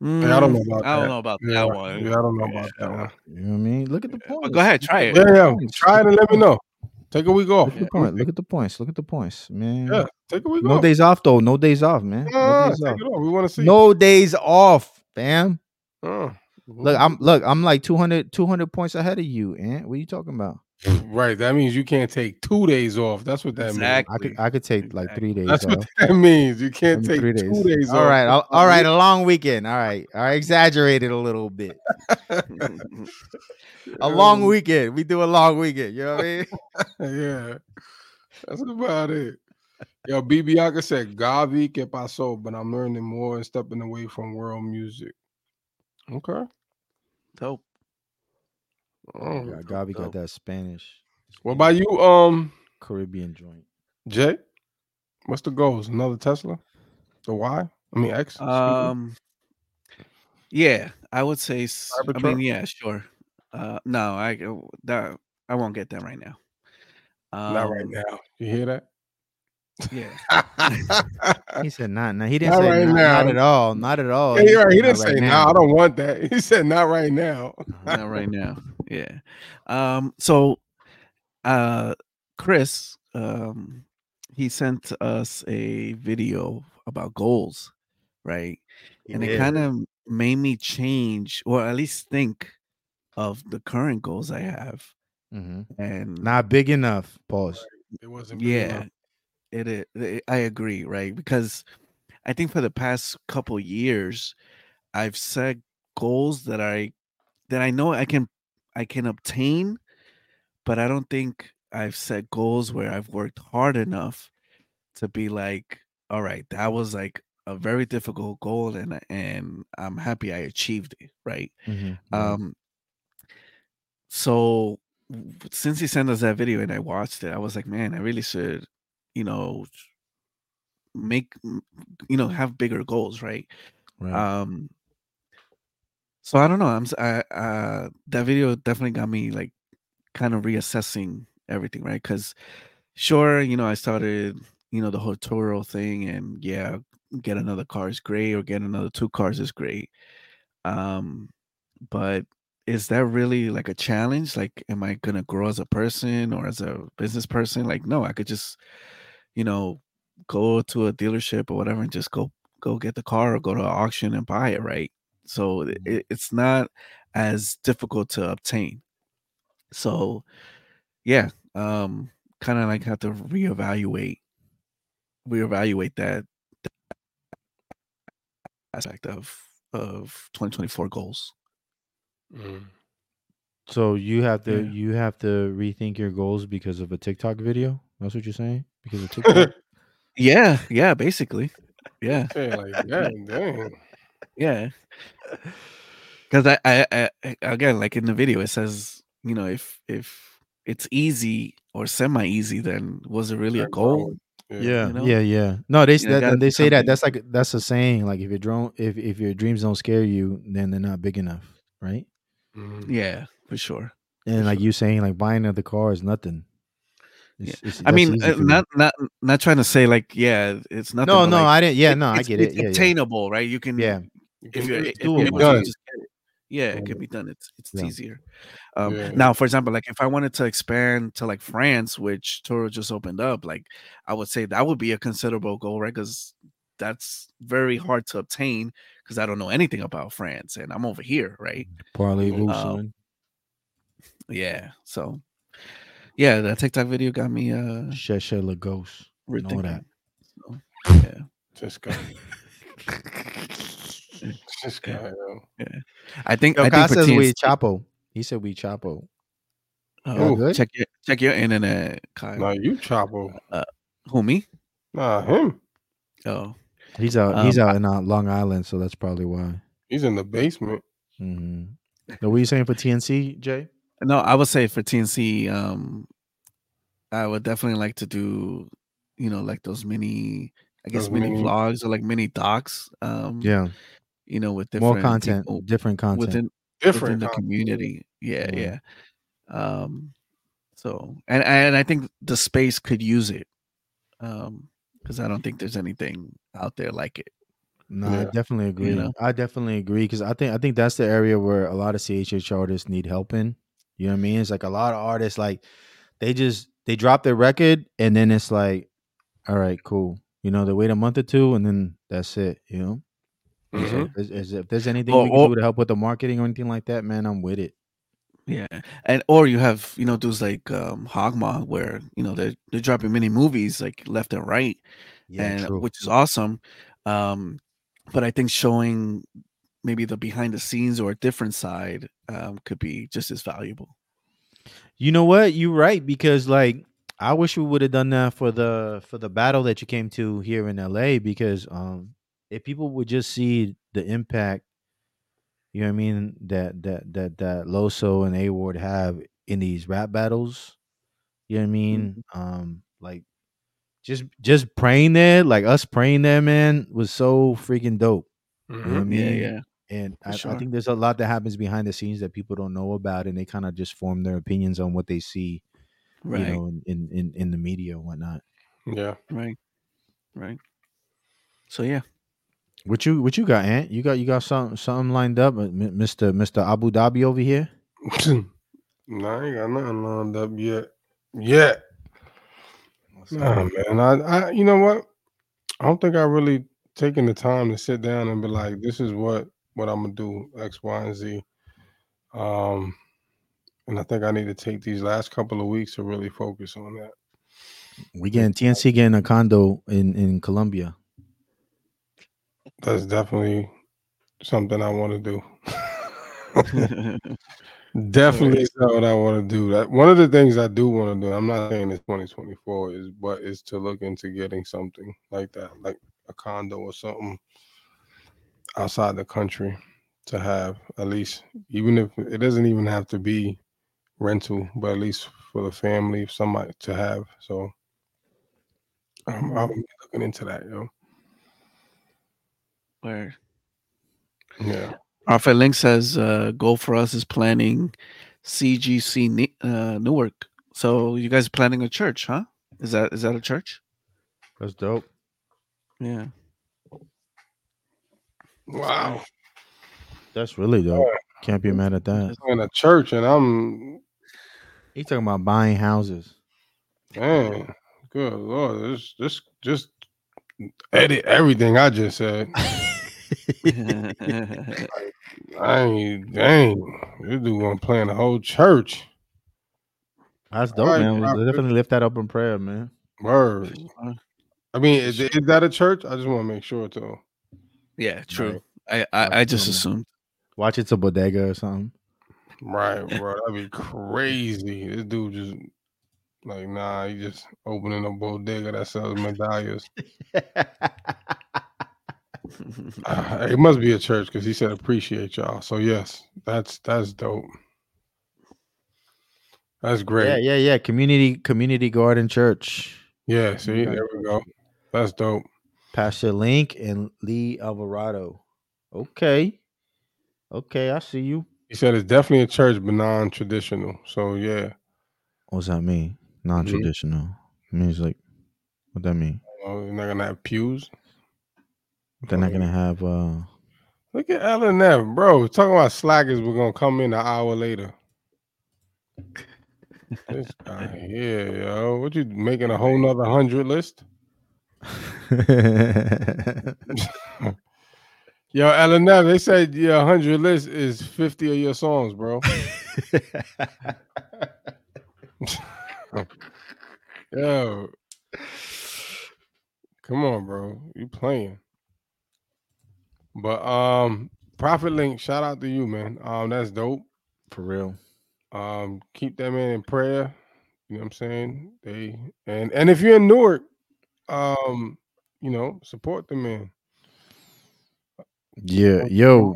F: don't know
E: Mm,
F: about
E: I don't
F: that.
E: know about
F: Yeah,
E: that one.
F: yeah, I don't know about that one.
G: You know what I mean? Look at the
E: But
G: points.
E: go ahead, try it.
F: Yeah, yeah. Try it and let me know. Take a week off.
G: Look at the point. Look at the points. Look at the points, man.
F: Yeah, take a week
G: No
F: off.
G: days off though. No days off, man.
F: Ah,
G: No days
F: take
G: off.
F: it off. We want to see.
G: No days off, fam.
F: Ah.
G: Look, I'm look, I'm like 200, 200 points ahead of you, Ant. What are you talking about?
F: right. That means you can't take two days off. That's what that
E: Exactly.
G: I could I could take like three days
F: That's what
G: off.
F: means. [LAUGHS] That means you can't
G: Maybe
F: take
G: three
F: two days off.
G: All right, all, all right, a long weekend. All right, all right, exaggerated a little bit. A long weekend. We do a long weekend. You know what I
F: [LAUGHS] [LAUGHS]
G: mean?
F: yeah. That's about it. Yo, Bibiaka said, Gavi que pasó, but I'm learning more and stepping away from world music. Okay.
E: [LAUGHS] Dope.
F: All
G: Yeah,
F: right.
G: Gabi got
E: dope.
G: that Spanish
F: What about you, um,
G: Caribbean joint.
F: Jay? What's the goals? Another Tesla? The Y? I mean X. excuse me.
E: Um, yeah, I would say. s- I
F: Cybertruck?
E: mean, yeah, sure. Uh, no, I uh, that I won't get that right now. Um,
F: Not right now. You hear
G: [LAUGHS]
F: that? [LAUGHS]
E: Yeah,
G: He said not now. He didn't
F: Not
G: say
F: right
G: not,
F: now.
G: not at all. Not at all.
F: Yeah, you're right. He
G: said
F: didn't
G: not
F: say
G: right
F: no.
G: now.
F: I don't want that. [LAUGHS] He said not right now.
E: not right now. Yeah. Um. So, uh, Chris, um, he sent us a video about goals, right? and it kind of made me change, or at least think of the current goals I have.
G: Mhm.
E: And
G: Not big enough. Pause.
F: It wasn't. big
E: yeah
F: enough.
E: it, i- th- i agree right because i think for the past couple years i've set goals that i that i know i can i can obtain but i don't think i've set goals where i've worked hard enough to be like all right that was like a very difficult goal and I- and i'm happy i achieved it right
F: Mm-hmm.
G: Mhm.
E: um, so w- since he sent us that video and I watched it, I was like, man, I really should, you know, make, m- you know, have bigger goals, right?
G: Right.
E: Um, so I don't know. I'm s- I, uh, that video definitely got me like kind of reassessing everything, right? Because sure, you know, I started, you know, the whole Toro thing, and yeah, get another car is great, or get another two cars is great. Um, but is that really like a challenge? Like, am I gonna grow as a person or as a business person? Like, no, I could just, you know, go to a dealership or whatever and just go go get the car or go to an auction Mm-hmm. and buy it, right? So it, it's not as difficult to obtain. So, yeah, um, kind of like have to reevaluate, reevaluate that, that aspect of of 2024 goals. [LAUGHS]
B: Mm.
G: So you have to
E: Yeah.
G: you have to rethink your goals because of a TikTok video. That's what you're saying
F: [LAUGHS]
G: because of TikTok.
E: Yeah, yeah, basically, yeah,
F: Yeah, like, God damn.
G: [LAUGHS]
E: yeah. Because I, I, I, I- again, like in the video, it says, you know, if if it's easy or semi easy, then was it really a
F: That's all.
E: goal?
G: yeah,
E: you know?
G: yeah, yeah. No, they s-
E: You know,
G: that,
E: gotta
G: they
E: do
G: say that.
E: something.
G: That's like that's a saying. Like if your drone, if if your dreams don't scare you, then they're not big enough, right?
F: Mhm.
E: Yeah, for sure.
G: And like you saying, like buying another car is nothing.
E: Yeah.
G: It's- it's-
E: I
G: that's
E: mean,
G: easy
E: uh,
G: for you.
E: not not not trying to say like, yeah, it's nothing.
G: No,
E: but,
G: no,
E: like,
G: I didn't. Yeah,
E: it-
G: no, I
E: it's-
G: get it.
E: It's
G: Yeah, yeah.
E: obtainable, right? You can,
G: yeah.
F: You
E: if
F: can
E: you're,
F: do
E: if
F: it.
E: you're able
F: Yeah.
E: to just get it. Yeah, it can be done. It's it's
G: Yeah.
E: easier. Um,
F: Yeah.
E: Now, for example, like if I wanted to expand to like France, which Toro just opened up, like I would say that would be a considerable goal, right? Because that's very hard to obtain because I don't know anything about France and I'm over here, right?
G: Parlay
E: uh,
F: Um,
G: Vuce, son. Mm-hmm.
E: Yeah. So, yeah, that TikTok video got me uh
G: Shet Shet Lagos. Know that.
E: rethinking. So,
G: [LAUGHS]
E: yeah.
F: This [LAUGHS] guy. This guy, yo.
E: I think
G: Yo,
E: I
G: Kai
E: think for
G: says
E: TNC,
G: we Chapo. He said we Chapo.
E: oh,
F: Y'all good?
E: check your check your internet, Kyle.
F: Nah, you Chapo.
E: Who me?
F: Nah, him.
E: Oh,
G: He's out. he's
E: Um,
G: out in uh, Long Island, so that's probably why.
F: He's in the basement.
G: hmm Now, what are you saying for TNC, Jay?
E: no, I would say for TNC, um, I would definitely like to do, you know, like those mini, I guess
F: Those
E: mini
F: mini-
E: vlogs or like mini docs. Um,
G: Yeah,
E: you know, with different
G: more content,
E: people
G: different content.
E: within within
F: Different.
E: the
F: huh?
E: community. Yeah,
G: Yeah.
E: yeah. Um, so and and I think the space could use it, um, because I don't think there's anything out there like it.
G: No, I
F: Yeah.
G: definitely agree.
E: know?
G: I definitely agree because I think I think that's the area where a lot of CHH artists need help in. You know what I mean? It's like a lot of artists like they just they drop their record and then it's like, all right, cool. You know, they wait a month or two and then that's it. You know,
F: Mhm.
E: Mm-hmm.
G: so if, there's- is- if there's anything
E: Or-
G: we can
E: or-
G: do to help with the marketing or anything like that, man, I'm with it.
E: Yeah, and or you have you know dudes like um Hogma where you know they're they're dropping mini movies like left and right,
G: Yeah,
E: and
G: true.
E: which is awesome. Um, but I think showing maybe the behind the scenes or a different side um could be just as valuable.
G: You know what? You're right because like I wish we would have done that for the for the battle that you came to here in LA because um if people would just see the impact, you know what I mean that that that that Loso and A Ward have in these rap battles, you know what I mean?
E: Mm-hmm.
G: Um like just just praying there, like us praying there, man, was so freaking dope. You know what I
F: Mhm.
E: Yeah,
G: mean?
E: yeah,
G: And
E: For
G: I, I
E: sure.
G: think there's a lot that happens behind the scenes that people don't know about, and they kind of just form their opinions on what they see
E: right,
G: you know, in, in, in, in the media and whatnot.
E: Mm-hmm.
F: Yeah.
E: right, right. So
G: [LAUGHS]
E: yeah, [LAUGHS]
G: What you what you got, Ant? You got you got something something lined up, uh, Mister Mister Abu Dhabi over here.
F: [LAUGHS] nah, I ain't got nothing lined up yet. Yet. Nah, man. I, I, you know what? I don't think I really taken the time to sit down and be like, this is what what I'm gonna do X, Y, and Z. Um, and I think I need to take these last couple of weeks to really focus on that.
G: We getting TNC getting a condo in in Colombia.
F: That's definitely something I want to [LAUGHS] do. Definitely is not what I want to do. That one of the things I do want to do. I'm not saying it's 2024 is, but is to look into getting something like that, like a condo or something outside the country to have at least, even if it doesn't even have to be rental, but at least for the family, somebody to have. So I'm, I'm looking into that, yo.
E: where
F: Yeah.
E: Rafael Link says uh, goal for us is planning CGC Ni- uh, Newark. So you guys planning a church, huh? Is that is that a church?
G: That's dope.
F: [LAUGHS]
E: Yeah. [LAUGHS]
F: Wow.
G: That's really dope. Can't be mad at that.
F: In a church, and I'm
G: He talking about buying houses.
F: Man, good lord, this this just edit everything I just said.
E: yeah.
F: I ain't dang, this dude gonna plan the whole church.
G: [LAUGHS] That's dope,
F: All right,
G: man.
F: all right.
G: We'll definitely lift that up in prayer, man.
F: Word.
E: Sure.
F: I mean, is, is that a church? I just want to make sure though.
E: Yeah, true.
F: Right.
E: I, I, I
G: That's
E: just
G: true, man.
E: assumed.
G: Watch it's a bodega or something.
F: Right, bro. That'd be crazy. This dude just like, nah, he just opening a bodega that sells medallions. [SIGHS] Uh, it must be a church because he said appreciate y'all. So yes, that's that's dope. That's great.
G: yeah,
F: Yeah,
G: yeah, yeah. Community community garden church.
F: see, there we go. That's dope.
G: Pastor Link and Lee Alvarado. Okay. Okay, I see you.
F: He said it's definitely a church, but non-traditional. So yeah,
G: What's that mean? Non traditional. Means like what that mean?
F: oh, you're not gonna have pews.
G: They're not gonna have uh
F: Look at LNF, bro. Talking about slackers, we're gonna come in an hour later. this
G: [LAUGHS]
F: guy here, yo. What you making a whole nother hundred list? Yo, LNF, they said your hundred list is fifty of your songs, bro. Yo. Come on, bro. You playing. But um Profit Link, shout out to you, man. Um, that's dope.
G: [LAUGHS] for real.
F: Um, keep that man in prayer. You know what I'm saying? They and and if you're in Newark, um, you know, support the man.
G: Yeah, yo.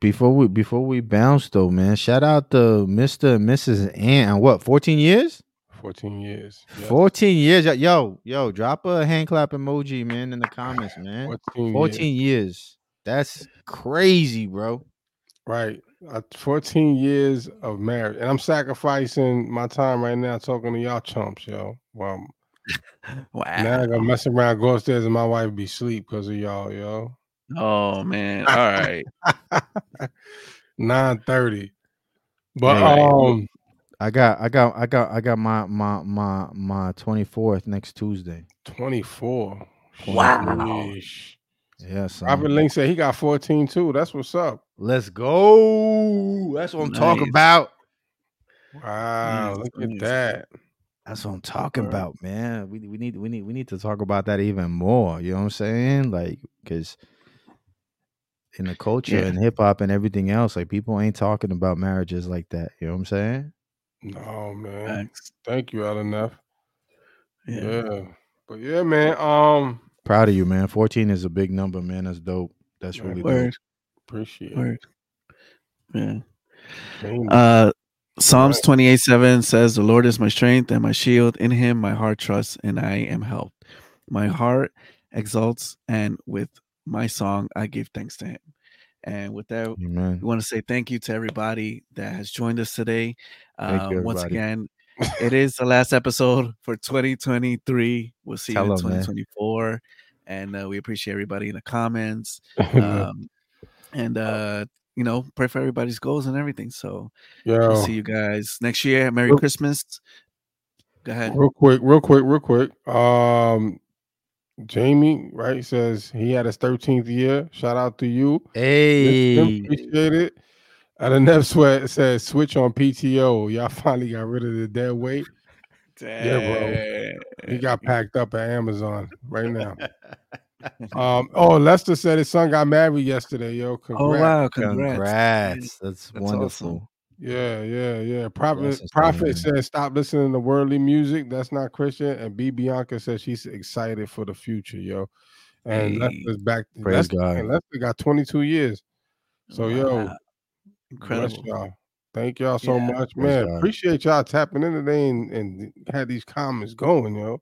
G: Before we before we bounce though, man, shout out to Mr. and Mrs. Ann. What, 14 years?
F: 14 years. Yes,
G: 14 years. yo- Yo, yo, drop a hand clap emoji, man, in the comments, man.
F: 14, years.
G: 14 years. That's crazy, bro.
F: Right. Uh, 14 years of marriage. And I'm sacrificing my time right now talking to y'all chumps, yo. Well,
E: [LAUGHS] Wow.
F: now I gotta mess around, go upstairs, and my wife be asleep because of y'all, yo.
E: Oh man.
F: [LAUGHS]
E: All right.
F: 9:30. But
E: Right.
F: um
G: I got I got I got I got my my my my 24th next Tuesday.
F: 24.
A: Wow.
F: Sheesh.
G: Yeah, son.
F: Robert
E: Mm.
F: Link said he got 14 too. That's what's up.
G: Let's go. That's what I'm talking
E: Nice.
G: about.
F: Wow,
E: Nice,
F: look at
E: nice.
F: that.
G: That's what I'm talking
F: Word.
G: about, man. We we need we need we need to talk about that even more. You know what I'm saying? Like, cause in the culture
E: Yeah.
G: and hip hop and everything else, like people ain't talking about marriages like that. You know what I'm saying?
F: No man.
E: Thanks.
F: Thank you, Enough.
E: Yeah.
F: yeah. But yeah, man. Um
G: Proud of you, man. 14 is a big number, man. That's dope. That's
F: Yeah.
G: really dope.
E: Word.
F: appreciate it.
E: Word. Yeah.
F: Thank you.
E: Uh Psalms
F: Right.
E: 28 7 says, The Lord is my strength and my shield. In him my heart trusts and I am helped. My heart exalts, and with my song I give thanks to him. And with that,
G: Amen.
E: we want to say thank you to everybody that has joined us today.
G: Thank
E: Uh,
G: you,
E: once
G: everybody.
E: again,
G: [LAUGHS]
E: it is the last episode for 2023. We'll see
G: Tell
E: you in
G: 'em, man.
E: 2024. And uh, we appreciate everybody in the
G: [LAUGHS]
E: comments
F: [LAUGHS]
E: um, and
G: Oh.
E: uh, you know, pray for everybody's goals and everything. So we'll
G: Oh.
F: Yo,
E: see you guys next year. Merry
F: Real-
E: Christmas. Go ahead.
F: real quick, real quick, real quick. Um, Jamie, right, says he had his 13th year. Shout out to you.
G: Hey. [LAUGHS]
F: Appreciate it. And the next sweat [LAUGHS] says switch on PTO. Y'all finally got rid of the dead weight. Yeah, He got packed up at Amazon
E: [LAUGHS]
F: right now. Um, oh, Lester said his son got married yesterday, yo.
E: Oh
F: Congrats.
E: wow, congrats.
G: Congrats. That's,
E: That's
G: wonderful.
F: Yeah, yeah, yeah. Prophet
G: Blessings to you,
F: Prophet
G: man.
F: says stop listening to worldly music. That's not Christian. And B Bianca says she's excited for the future, yo. And
E: Hey.
F: Lester's back.
G: Praise
F: Lester,
G: God.
F: man, Lester got 22 years. So yo,
E: Wow,
F: bless
E: incredible.
F: y'all. Thank y'all so
E: Yeah.
F: much,
G: Praise
F: man.
G: God.
F: Appreciate y'all tapping in today and, and had these comments going, yo.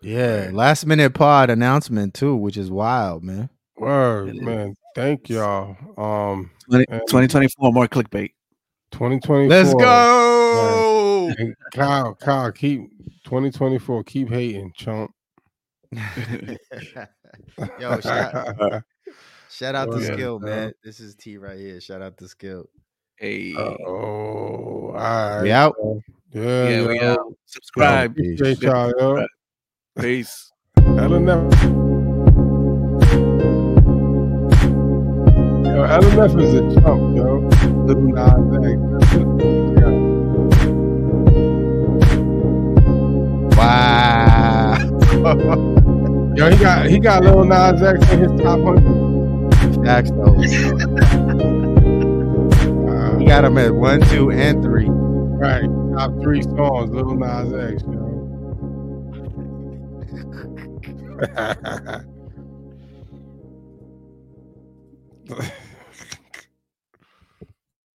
G: Yeah. Last minute pod announcement too, which is wild, man.
F: Word,
E: It is.
F: man. Thank y'all. Um,
E: 20,
F: And-
E: 2024 more clickbait.
F: 2024.
G: Let's go.
F: And Kyle, Kyle, keep 2024. Keep hating, chump.
G: [LAUGHS] Yo, shout, [LAUGHS] shout out to
F: Yeah,
G: Skill,
F: bro.
G: man. This is T right here. Shout out to Skill.
E: Hey.
F: Oh, all right.
G: We out.
E: yeah,
F: Yeah, yo.
E: we out. Subscribe.
F: Appreciate y'all, yo.
E: Peace.
F: LNF. Yo, LNF is a chump, yo. Little nine thing.
G: Wow. [LAUGHS]
F: Yo, he got he got Lil Nas X in his top hundred.
G: Facts though. He got him at one, two, and three.
F: Right, top three songs, Lil Nas X. Yo.
G: [LAUGHS]
F: [LAUGHS]